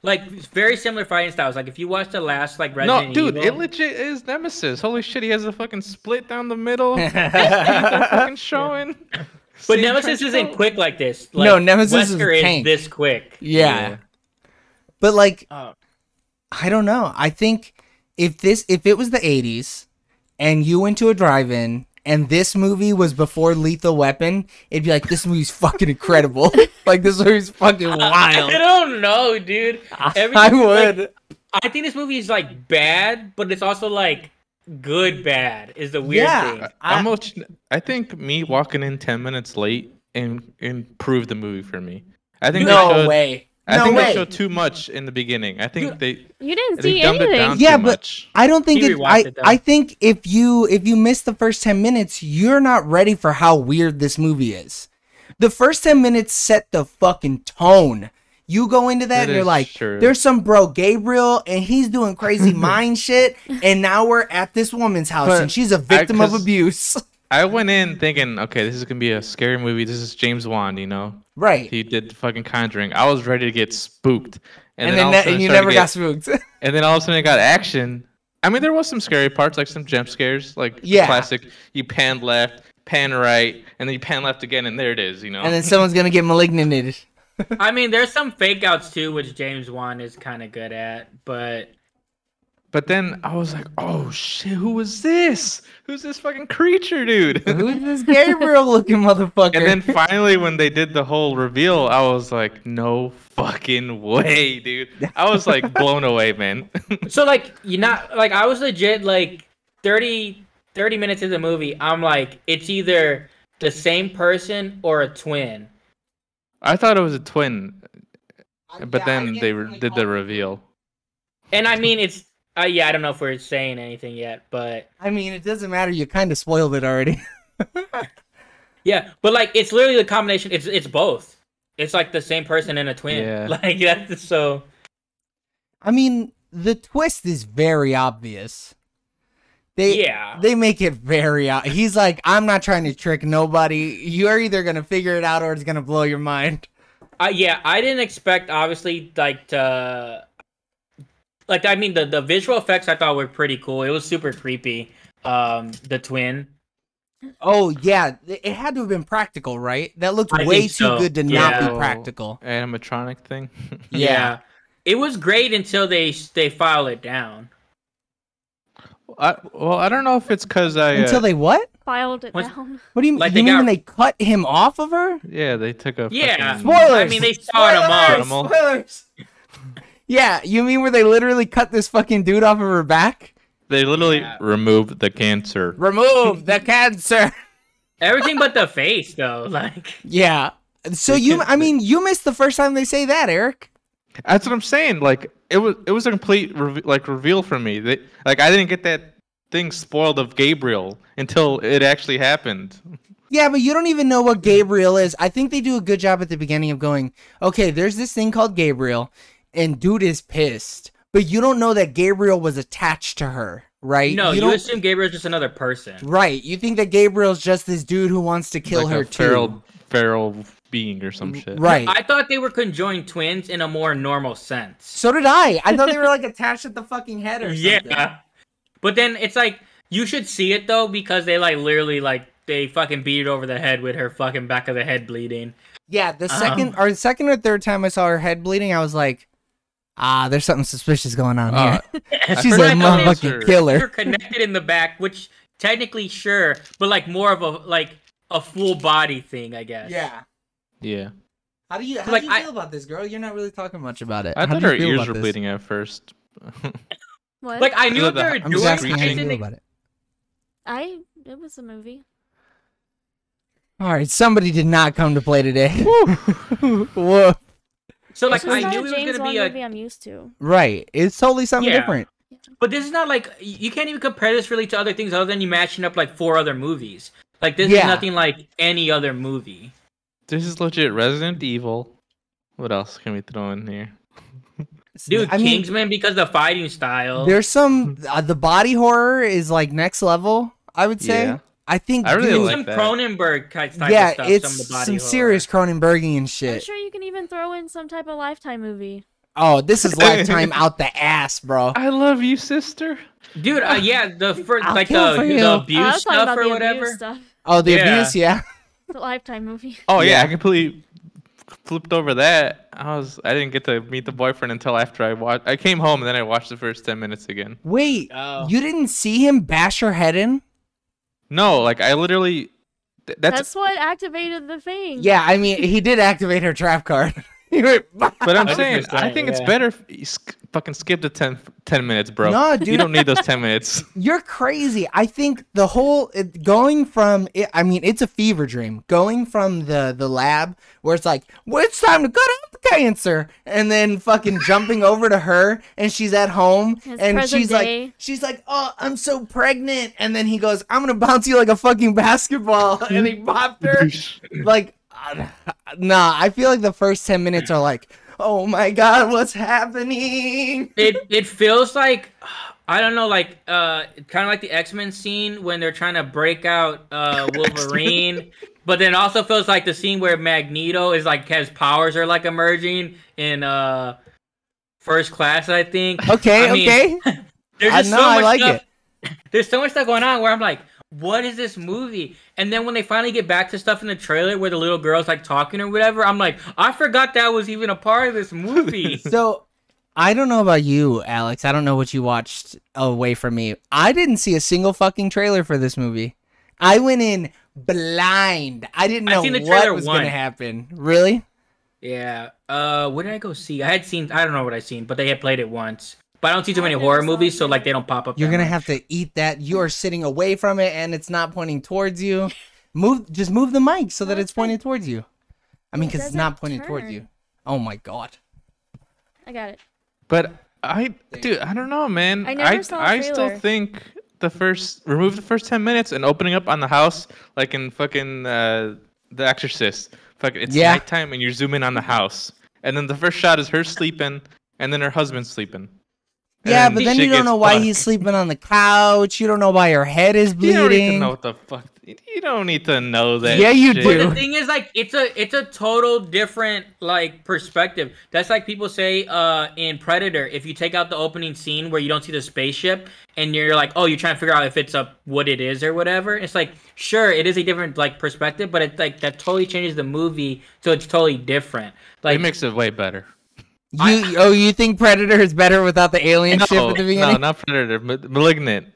[SPEAKER 4] Like it's very similar fighting styles. Like if you watch the last like Resident
[SPEAKER 5] No, dude,
[SPEAKER 4] Evil,
[SPEAKER 5] it legit is Nemesis. Holy shit, he has a fucking split down the middle. His teeth are fucking showing.
[SPEAKER 4] but
[SPEAKER 5] Same
[SPEAKER 4] Nemesis
[SPEAKER 5] trench
[SPEAKER 4] isn't
[SPEAKER 5] coat.
[SPEAKER 4] quick like this. Like,
[SPEAKER 1] No, Nemesis is
[SPEAKER 4] Wesker
[SPEAKER 1] tank.
[SPEAKER 4] this quick.
[SPEAKER 1] Yeah. But like
[SPEAKER 4] Oh.
[SPEAKER 1] I don't know. I think if this if it was the 80s and you went to a drive-in and this movie was before Lethal Weapon, it'd be like this movie's fucking incredible. like this movie's fucking
[SPEAKER 4] I
[SPEAKER 1] wild.
[SPEAKER 4] don't know, dude. Everything-
[SPEAKER 1] I would.
[SPEAKER 4] like, I think this movie is like bad, but it's also like good bad is the weird
[SPEAKER 1] Yeah.
[SPEAKER 4] thing.
[SPEAKER 5] I, am I think me walking in 10 minutes late and improved the movie for me. I think
[SPEAKER 1] no
[SPEAKER 5] they showed,
[SPEAKER 1] way.
[SPEAKER 5] I
[SPEAKER 1] no
[SPEAKER 5] think they
[SPEAKER 1] way.
[SPEAKER 5] showed too much in the beginning. I think they
[SPEAKER 2] You didn't
[SPEAKER 5] they
[SPEAKER 2] see
[SPEAKER 5] dumbed it down
[SPEAKER 2] anything.
[SPEAKER 1] Yeah,
[SPEAKER 5] too
[SPEAKER 1] but-
[SPEAKER 5] much.
[SPEAKER 1] I don't think
[SPEAKER 4] He
[SPEAKER 1] it,
[SPEAKER 4] rewatched
[SPEAKER 1] I
[SPEAKER 4] it, though.
[SPEAKER 1] I think if you if you miss the first 10 minutes, you're not ready for how weird this movie is. The first 10 minutes set the fucking tone. You go into that
[SPEAKER 5] That
[SPEAKER 1] and you're
[SPEAKER 5] is
[SPEAKER 1] like,
[SPEAKER 5] true.
[SPEAKER 1] there's some bro Gabriel and he's doing crazy mind shit and now we're at this woman's house
[SPEAKER 5] But
[SPEAKER 1] and she's a victim of
[SPEAKER 5] 'cause-
[SPEAKER 1] abuse.
[SPEAKER 5] I went in thinking, okay, this is gonna be a scary movie. This is James Wan, you know.
[SPEAKER 1] right.
[SPEAKER 5] He did the fucking Conjuring. I was ready to get spooked,
[SPEAKER 1] and
[SPEAKER 5] all
[SPEAKER 1] then
[SPEAKER 5] of a
[SPEAKER 1] that,
[SPEAKER 5] sudden
[SPEAKER 1] and
[SPEAKER 5] it
[SPEAKER 1] you
[SPEAKER 5] started to
[SPEAKER 1] never got
[SPEAKER 5] get-
[SPEAKER 1] spooked.
[SPEAKER 5] And then all of a sudden it got action. I mean, there was some scary parts, like some jump scares, like the
[SPEAKER 1] Yeah.
[SPEAKER 5] classic. You pan left, pan right, and then you pan left again, and there it is. You know.
[SPEAKER 1] and then someone's going to get malignated.
[SPEAKER 4] I mean, there's some fake outs too, which James Wan is kind of good at, but
[SPEAKER 5] but then I was like, oh shit, who was this? Who's this fucking creature, dude? and
[SPEAKER 1] Who's this Gabriel looking motherfucker?
[SPEAKER 5] then finally, when they did the whole reveal, I was like, no fucking way, dude. I was like blown away, man.
[SPEAKER 4] So like you're not like I was legit like 30 30 minutes of the movie, I'm like, it's either the same person or a twin.
[SPEAKER 5] I thought it was a twin,
[SPEAKER 3] I-
[SPEAKER 5] but
[SPEAKER 3] yeah,
[SPEAKER 5] then
[SPEAKER 3] I
[SPEAKER 5] they
[SPEAKER 3] definitely
[SPEAKER 5] re- did the
[SPEAKER 3] called-
[SPEAKER 5] reveal.
[SPEAKER 4] And I mean it's uh, yeah, I don't know if we're saying anything yet, but
[SPEAKER 1] I mean, it doesn't matter. You kind of spoiled it already.
[SPEAKER 4] yeah, but like it's literally the combination it's it's both. It's like the same person and a twin.
[SPEAKER 5] Yeah.
[SPEAKER 4] Like that's so
[SPEAKER 1] I mean, the twist is very obvious. They
[SPEAKER 4] Yeah.
[SPEAKER 1] they make it very o- He's like, I'm not trying to trick nobody. You're either gonna figure it out or it's gonna blow your mind.
[SPEAKER 4] I yeah, I didn't expect obviously like to like I mean the the visual effects I thought were pretty cool. It was super creepy. Um the twin.
[SPEAKER 1] Oh yeah, th- it had to have been practical, right? That looked
[SPEAKER 4] I
[SPEAKER 1] way too
[SPEAKER 4] think so,
[SPEAKER 1] good to not
[SPEAKER 4] yeah.
[SPEAKER 1] be practical.
[SPEAKER 5] Animatronic thing.
[SPEAKER 1] Yeah.
[SPEAKER 4] It was great until they they file it down.
[SPEAKER 5] I, well, I don't know if it's because I uh,
[SPEAKER 1] Until they what?
[SPEAKER 2] Filed it
[SPEAKER 4] What's-
[SPEAKER 2] down.
[SPEAKER 1] What do you mean?
[SPEAKER 4] Like
[SPEAKER 1] you
[SPEAKER 4] they
[SPEAKER 1] mean
[SPEAKER 4] got-
[SPEAKER 1] when they cut him off of her?
[SPEAKER 5] Yeah, they took a
[SPEAKER 4] Yeah.
[SPEAKER 5] fucking-
[SPEAKER 1] Spoilers.
[SPEAKER 4] I mean, they sawed him off.
[SPEAKER 5] Animal.
[SPEAKER 1] Spoilers. yeah, you mean where they literally cut this fucking dude off of her back?
[SPEAKER 5] They literally
[SPEAKER 4] Yeah.
[SPEAKER 5] removed the cancer.
[SPEAKER 1] Remove the cancer.
[SPEAKER 4] Everything but the face, though. Like,
[SPEAKER 1] Yeah. So
[SPEAKER 5] They
[SPEAKER 1] you,
[SPEAKER 5] can't-
[SPEAKER 1] I mean, you missed the first time they say that, Eric.
[SPEAKER 5] That's what I'm saying. Like it was, it was a complete reve like reveal for me. They, like I didn't get that thing spoiled of Gabriel until it actually happened.
[SPEAKER 1] Yeah, but you don't even know what Gabriel is. I think they do a good job at the beginning of going, okay, there's this thing called Gabriel, and dude is pissed, but you don't know that Gabriel was attached to her, right?
[SPEAKER 4] no, you,
[SPEAKER 1] don't.
[SPEAKER 4] assume Gabriel's just another person.
[SPEAKER 1] right, you think that Gabriel's just this dude who wants to kill
[SPEAKER 5] like
[SPEAKER 1] her
[SPEAKER 5] a
[SPEAKER 1] too.
[SPEAKER 5] feral, feral being or some shit.
[SPEAKER 1] Right.
[SPEAKER 4] I thought they were conjoined twins in a more normal sense.
[SPEAKER 1] So did I. I thought they were like attached at the fucking head or something.
[SPEAKER 4] Yeah, but then it's like you should see it though because they like literally like they fucking beat it over the head with her fucking back of the head bleeding.
[SPEAKER 1] Yeah, the
[SPEAKER 4] Um.
[SPEAKER 1] second or second or third time I saw her head bleeding, I was like, ah, there's something suspicious going on
[SPEAKER 5] Uh,
[SPEAKER 1] here. She's
[SPEAKER 5] I
[SPEAKER 1] a
[SPEAKER 5] forgot
[SPEAKER 4] how they-
[SPEAKER 1] motherfucking killer.
[SPEAKER 4] They're connected in the back, which technically sure, but like more of a like a full body thing, I guess.
[SPEAKER 3] Yeah.
[SPEAKER 5] Yeah.
[SPEAKER 3] How do you how
[SPEAKER 4] Like,
[SPEAKER 3] do you
[SPEAKER 4] I-
[SPEAKER 3] feel about this girl? You're not really talking much.
[SPEAKER 1] Much about it.
[SPEAKER 5] I
[SPEAKER 1] How
[SPEAKER 5] thought
[SPEAKER 1] do you
[SPEAKER 5] her
[SPEAKER 1] feel
[SPEAKER 5] ears
[SPEAKER 1] about
[SPEAKER 5] were
[SPEAKER 1] this?
[SPEAKER 5] bleeding at first.
[SPEAKER 2] What?
[SPEAKER 4] Like I knew
[SPEAKER 5] Because
[SPEAKER 4] what
[SPEAKER 5] of
[SPEAKER 4] they
[SPEAKER 5] the-
[SPEAKER 4] were
[SPEAKER 5] I'm
[SPEAKER 1] I'm just
[SPEAKER 4] doing.
[SPEAKER 1] asking
[SPEAKER 4] I
[SPEAKER 1] how you
[SPEAKER 4] didn't
[SPEAKER 1] feel
[SPEAKER 4] ex-
[SPEAKER 1] about it.
[SPEAKER 2] I it was a movie.
[SPEAKER 1] All right, somebody did not come to play today. Whoa.
[SPEAKER 4] so like
[SPEAKER 2] this is
[SPEAKER 4] I
[SPEAKER 2] not
[SPEAKER 4] knew it
[SPEAKER 2] a
[SPEAKER 4] was
[SPEAKER 2] James
[SPEAKER 4] gonna
[SPEAKER 2] Bond
[SPEAKER 4] be a
[SPEAKER 2] movie I'm used to.
[SPEAKER 1] Right, it's totally something
[SPEAKER 4] Yeah.
[SPEAKER 1] different.
[SPEAKER 4] But this is not like y- you can't even compare this really to other things other than you matching up like four other movies. Like this
[SPEAKER 1] Yeah.
[SPEAKER 4] is nothing like any other movie.
[SPEAKER 5] This is legit Resident Evil. What else can we throw in here?
[SPEAKER 4] Dude,
[SPEAKER 1] I mean,
[SPEAKER 4] Kingsman because of the fighting style.
[SPEAKER 1] there's some uh, the body horror is like next level. I would say.
[SPEAKER 5] Yeah.
[SPEAKER 1] I think.
[SPEAKER 5] I really
[SPEAKER 1] dude,
[SPEAKER 5] like
[SPEAKER 4] some
[SPEAKER 5] that.
[SPEAKER 4] Cronenberg type type
[SPEAKER 1] yeah,
[SPEAKER 4] of stuff.
[SPEAKER 1] it's
[SPEAKER 4] some, of the
[SPEAKER 1] some,
[SPEAKER 4] body horror.
[SPEAKER 1] serious Cronenbergian
[SPEAKER 2] I'm
[SPEAKER 1] shit.
[SPEAKER 2] sure you can even throw in some type of lifetime movie.
[SPEAKER 1] Oh, this is lifetime out the ass, bro.
[SPEAKER 5] I love you, sister.
[SPEAKER 4] Dude, uh, yeah, the first
[SPEAKER 1] I'll
[SPEAKER 4] like
[SPEAKER 1] kill
[SPEAKER 4] the,
[SPEAKER 1] for you.
[SPEAKER 4] the
[SPEAKER 2] Oh, I
[SPEAKER 4] abuse
[SPEAKER 2] was talking
[SPEAKER 4] stuff
[SPEAKER 2] about
[SPEAKER 4] or
[SPEAKER 2] the
[SPEAKER 4] whatever.
[SPEAKER 2] abuse stuff.
[SPEAKER 1] Oh, the
[SPEAKER 4] Yeah.
[SPEAKER 1] abuse, yeah.
[SPEAKER 2] The lifetime movie.
[SPEAKER 5] Oh yeah,
[SPEAKER 1] Yeah.
[SPEAKER 5] I completely flipped over that. I was I didn't get to meet the boyfriend until after I watched. I came home and then I watched the first ten minutes again.
[SPEAKER 1] Wait,
[SPEAKER 4] Oh.
[SPEAKER 1] you didn't see him bash her head in?
[SPEAKER 5] No, like I literally. th- that's,
[SPEAKER 2] That's what activated the thing.
[SPEAKER 1] Yeah, I mean, he did activate her trap card. You were-
[SPEAKER 5] But I'm saying I
[SPEAKER 4] 100%,
[SPEAKER 5] think it's
[SPEAKER 4] yeah.
[SPEAKER 5] better. If you sk- fucking skip the 10, 10 minutes, bro.
[SPEAKER 1] No,
[SPEAKER 5] You
[SPEAKER 1] dude.
[SPEAKER 5] don't need those ten minutes.
[SPEAKER 1] You're crazy. I think the whole it, going from it, I mean, it's a fever dream. Going from the the lab where it's like, well, it's time to cut out the cancer, and then fucking jumping over to her, and she's at home,
[SPEAKER 2] It's
[SPEAKER 1] and
[SPEAKER 2] present
[SPEAKER 1] she's like,
[SPEAKER 2] day.
[SPEAKER 1] she's like, oh, I'm so pregnant, and then he goes, I'm gonna bounce you like a fucking basketball, and he bopped her. like, uh, nah. I feel like the first ten minutes are like, oh my god, what's happening?
[SPEAKER 4] it it feels like I don't know, like uh, kind of like the X Men scene when they're trying to break out uh, Wolverine, but then also feels like the scene where Magneto is like his powers are like emerging in uh, First Class, I think.
[SPEAKER 1] Okay,
[SPEAKER 4] I mean,
[SPEAKER 1] okay.
[SPEAKER 4] There's
[SPEAKER 1] I
[SPEAKER 4] just
[SPEAKER 1] know,
[SPEAKER 4] so
[SPEAKER 1] I
[SPEAKER 4] much
[SPEAKER 1] like
[SPEAKER 4] stuff.
[SPEAKER 1] it.
[SPEAKER 4] There's so much stuff going on where I'm like, what is this movie? And then when they finally get back to stuff in the trailer where the little girl's like talking or whatever, I'm like, I forgot that was even a part of this movie.
[SPEAKER 1] So I don't know about you, Alex. I don't know what you watched away from me. I didn't see a single fucking trailer for this movie. I went in blind. I didn't
[SPEAKER 4] I've
[SPEAKER 1] know
[SPEAKER 4] seen the
[SPEAKER 1] what
[SPEAKER 4] trailer
[SPEAKER 1] was
[SPEAKER 4] once.
[SPEAKER 1] gonna happen. Really?
[SPEAKER 4] Yeah. Uh, what did I go see? I had seen. I don't know what I seen, but they had played it once. But I don't see too
[SPEAKER 2] I
[SPEAKER 4] many
[SPEAKER 2] never
[SPEAKER 4] horror
[SPEAKER 2] saw
[SPEAKER 4] movies, so
[SPEAKER 2] it.
[SPEAKER 4] like they don't pop up.
[SPEAKER 1] You're
[SPEAKER 4] that
[SPEAKER 1] gonna
[SPEAKER 4] much.
[SPEAKER 1] have to eat that. You are sitting away from it, and it's not pointing towards you. Move. Just move the mic so that
[SPEAKER 2] No,
[SPEAKER 1] it's
[SPEAKER 2] it's like-
[SPEAKER 1] pointed towards you. I mean,
[SPEAKER 2] It
[SPEAKER 1] because it's
[SPEAKER 2] doesn't
[SPEAKER 1] not pointing towards
[SPEAKER 2] turn.
[SPEAKER 1] you. Oh my god.
[SPEAKER 2] I got it.
[SPEAKER 5] But I, dude, I don't know, man.
[SPEAKER 2] I never
[SPEAKER 5] I,
[SPEAKER 2] saw a
[SPEAKER 5] I still
[SPEAKER 2] trailer.
[SPEAKER 5] think the first remove the first ten minutes and opening up on the house like in fucking uh, The Exorcist. Fuck, it's
[SPEAKER 1] Yeah.
[SPEAKER 5] nighttime and you're zooming on the house, and then the first shot is her sleeping, and then her husband's sleeping. And
[SPEAKER 1] Yeah, but then
[SPEAKER 5] shit
[SPEAKER 1] you don't
[SPEAKER 5] gets
[SPEAKER 1] know why
[SPEAKER 5] fucked.
[SPEAKER 1] he's sleeping on the couch. You don't know why her head is
[SPEAKER 5] You don't need to
[SPEAKER 1] bleeding.
[SPEAKER 5] know what the fuck. You don't need to know that.
[SPEAKER 1] Yeah, you
[SPEAKER 5] shit.
[SPEAKER 1] do.
[SPEAKER 4] But the thing is, like, it's a it's a total different like perspective. That's like people say uh in Predator, if you take out the opening scene where you don't see the spaceship and you're like, oh, you're trying to figure out if it's a what it is or whatever. It's like, sure, it is a different like perspective, but it's like that totally changes the movie, so it's totally different. Like,
[SPEAKER 5] It makes it way better.
[SPEAKER 1] You oh, you think Predator is better without the alien ship
[SPEAKER 5] No,
[SPEAKER 1] at the beginning?
[SPEAKER 5] no, not Predator, Ma- Malignant.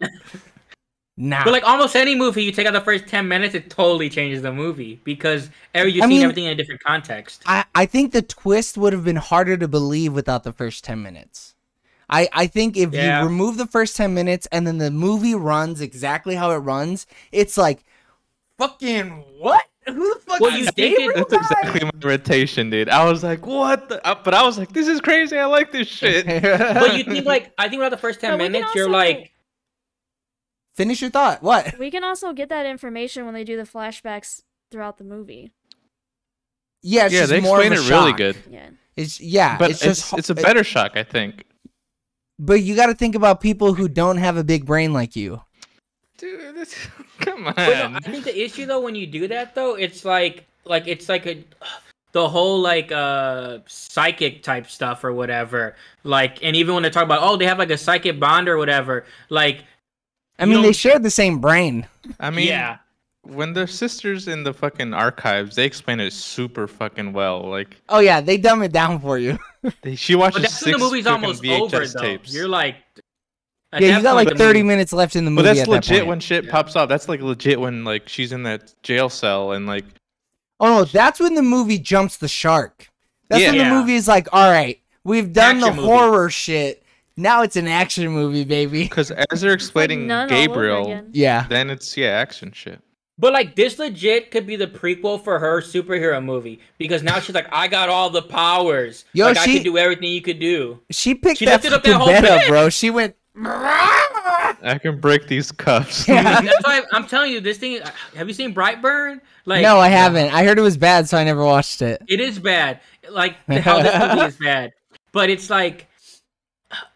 [SPEAKER 1] Nah.
[SPEAKER 4] But like almost any movie, you take out the first ten minutes, it totally changes the movie because every you're
[SPEAKER 1] I
[SPEAKER 4] seeing
[SPEAKER 1] mean-
[SPEAKER 4] everything in a different context.
[SPEAKER 1] I, I think the twist would have been harder to believe without the first 10 minutes. I, I think if
[SPEAKER 4] Yeah.
[SPEAKER 1] you remove the first 10 minutes and then the movie runs exactly how it runs, it's like, fucking what? Who the fuck
[SPEAKER 4] Well, you
[SPEAKER 1] is
[SPEAKER 4] think it-
[SPEAKER 1] Gabriel
[SPEAKER 5] That's
[SPEAKER 1] Guy?
[SPEAKER 5] exactly my irritation, dude. I was like, what? The? uh, But I was like, this is crazy. I like this shit.
[SPEAKER 4] But you think like I think about the first ten
[SPEAKER 2] But we can
[SPEAKER 4] minutes, you're
[SPEAKER 2] also-
[SPEAKER 4] like,
[SPEAKER 1] Finish your thought. What?
[SPEAKER 2] We can also get that information when they do the flashbacks throughout the movie.
[SPEAKER 1] Yeah, it's
[SPEAKER 5] yeah,
[SPEAKER 1] just
[SPEAKER 5] they
[SPEAKER 1] more of
[SPEAKER 5] explain it
[SPEAKER 1] a
[SPEAKER 5] really
[SPEAKER 1] shock.
[SPEAKER 5] good.
[SPEAKER 2] Yeah.
[SPEAKER 1] It's yeah,
[SPEAKER 5] But
[SPEAKER 1] it's
[SPEAKER 5] it's,
[SPEAKER 1] just
[SPEAKER 5] it's, a better shock, I think.
[SPEAKER 1] But you got to think about people who don't have a big brain like you.
[SPEAKER 5] Dude, this, come on.
[SPEAKER 4] But no, I think the issue though when you do that though, it's like like it's like a the whole like uh psychic type stuff or whatever. Like and even when they talk about oh they have like a psychic bond or whatever, like
[SPEAKER 1] I
[SPEAKER 4] You
[SPEAKER 1] mean,
[SPEAKER 4] don't-
[SPEAKER 1] they share the same brain.
[SPEAKER 5] I mean,
[SPEAKER 4] yeah.
[SPEAKER 5] when the sisters in the fucking archives, they explain it super fucking well. Like,
[SPEAKER 1] Oh yeah, they dumb it down for you.
[SPEAKER 5] they, she watches
[SPEAKER 4] But that's when
[SPEAKER 5] six
[SPEAKER 4] the movie's
[SPEAKER 5] fucking
[SPEAKER 4] almost
[SPEAKER 5] VHS
[SPEAKER 4] over though.
[SPEAKER 5] tapes.
[SPEAKER 4] You're like At
[SPEAKER 1] Yeah,
[SPEAKER 4] that
[SPEAKER 1] you got
[SPEAKER 4] point,
[SPEAKER 1] like
[SPEAKER 4] the
[SPEAKER 1] 30
[SPEAKER 4] movie-
[SPEAKER 1] minutes left in the movie.
[SPEAKER 5] But that's
[SPEAKER 1] at
[SPEAKER 5] legit
[SPEAKER 1] that point.
[SPEAKER 5] when shit pops up. That's like legit when like she's in that jail cell and like
[SPEAKER 1] Oh no, that's when the movie jumps the shark. That's
[SPEAKER 5] Yeah.
[SPEAKER 1] when the
[SPEAKER 4] Yeah.
[SPEAKER 1] movie is like, all right, we've done the
[SPEAKER 4] Action movie.
[SPEAKER 1] horror shit. Now it's an action movie, baby.
[SPEAKER 5] because as they're
[SPEAKER 2] It's like
[SPEAKER 5] explaining
[SPEAKER 2] Nun all over
[SPEAKER 5] Gabriel,
[SPEAKER 2] again.
[SPEAKER 1] Yeah.
[SPEAKER 5] then it's yeah action shit.
[SPEAKER 4] But like this legit could be the prequel for her superhero movie because now she's like, I got all the powers.
[SPEAKER 1] Yo,
[SPEAKER 4] like I
[SPEAKER 1] she-
[SPEAKER 4] can do everything you could do.
[SPEAKER 1] She picked
[SPEAKER 4] She
[SPEAKER 1] that
[SPEAKER 4] lifted up
[SPEAKER 1] fucking
[SPEAKER 4] that whole
[SPEAKER 1] bed up,
[SPEAKER 4] bed.
[SPEAKER 1] bro. She went.
[SPEAKER 5] I can break these cuffs.
[SPEAKER 1] Yeah.
[SPEAKER 4] That's why I'm telling you, this thing. Have you seen Brightburn? Like
[SPEAKER 1] no, I haven't. I heard it was bad, so I never watched it.
[SPEAKER 4] It is bad. Like how this movie is bad. But it's like,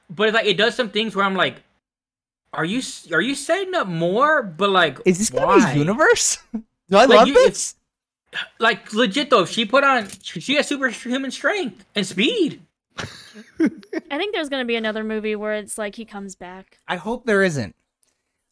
[SPEAKER 4] but it's like it does some things where I'm like, are you s- are you setting up more? But like,
[SPEAKER 1] Is this gonna
[SPEAKER 4] why?
[SPEAKER 1] be universe? Do I
[SPEAKER 4] Like,
[SPEAKER 1] love
[SPEAKER 4] you-
[SPEAKER 1] this?
[SPEAKER 4] Like legit though, if she put on, she has superhuman strength and speed.
[SPEAKER 2] I think there's gonna be another movie where it's like he comes back.
[SPEAKER 1] I hope there isn't.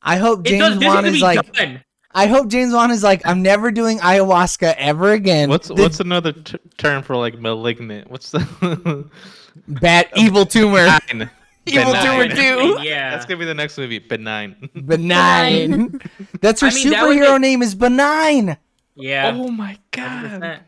[SPEAKER 1] I hope
[SPEAKER 4] it does.
[SPEAKER 1] James
[SPEAKER 4] This
[SPEAKER 1] Wan
[SPEAKER 4] could
[SPEAKER 1] is
[SPEAKER 4] be
[SPEAKER 1] like.
[SPEAKER 4] done.
[SPEAKER 1] I hope James Wan is like. I'm never doing ayahuasca ever again.
[SPEAKER 5] What's
[SPEAKER 1] The
[SPEAKER 5] what's another t- term for like malignant? What's the
[SPEAKER 1] bad evil tumor?
[SPEAKER 5] benign?
[SPEAKER 1] Evil Doer
[SPEAKER 5] Benign.
[SPEAKER 1] Two.
[SPEAKER 4] Yeah.
[SPEAKER 5] That's gonna be the next movie. Benign.
[SPEAKER 1] Benign. That's her
[SPEAKER 4] I mean, that would
[SPEAKER 1] superhero
[SPEAKER 4] be-
[SPEAKER 1] name is Benign.
[SPEAKER 4] Yeah. Uh,
[SPEAKER 5] oh my god.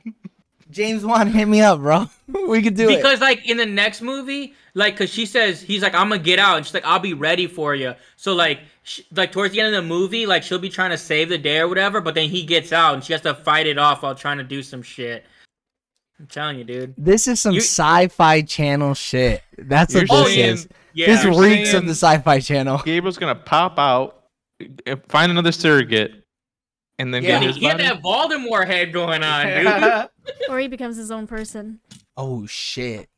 [SPEAKER 1] James Wan, hit me up, bro. We could do it.
[SPEAKER 4] Because like in the next movie, like because she says he's like I'm gonna get out, and she's like I'll be ready for you. So like sh- like towards the end of the movie, like she'll be trying to save the day or whatever, but then he gets out and she has to fight it off while trying to do some shit. I'm telling you, dude.
[SPEAKER 1] This is some
[SPEAKER 4] You-
[SPEAKER 1] sci-fi channel shit. That's
[SPEAKER 5] You're
[SPEAKER 1] what this
[SPEAKER 4] saying-
[SPEAKER 1] is.
[SPEAKER 4] Oh, Yeah.
[SPEAKER 1] This
[SPEAKER 5] you're
[SPEAKER 1] reeks of
[SPEAKER 5] saying-
[SPEAKER 1] the sci-fi channel.
[SPEAKER 5] Gabriel's gonna pop out, uh, find another surrogate, and then
[SPEAKER 4] Dude,
[SPEAKER 5] get his
[SPEAKER 4] he had
[SPEAKER 5] body.
[SPEAKER 4] that Voldemort head going on, dude.
[SPEAKER 2] Or he becomes his own person.
[SPEAKER 1] Oh shit,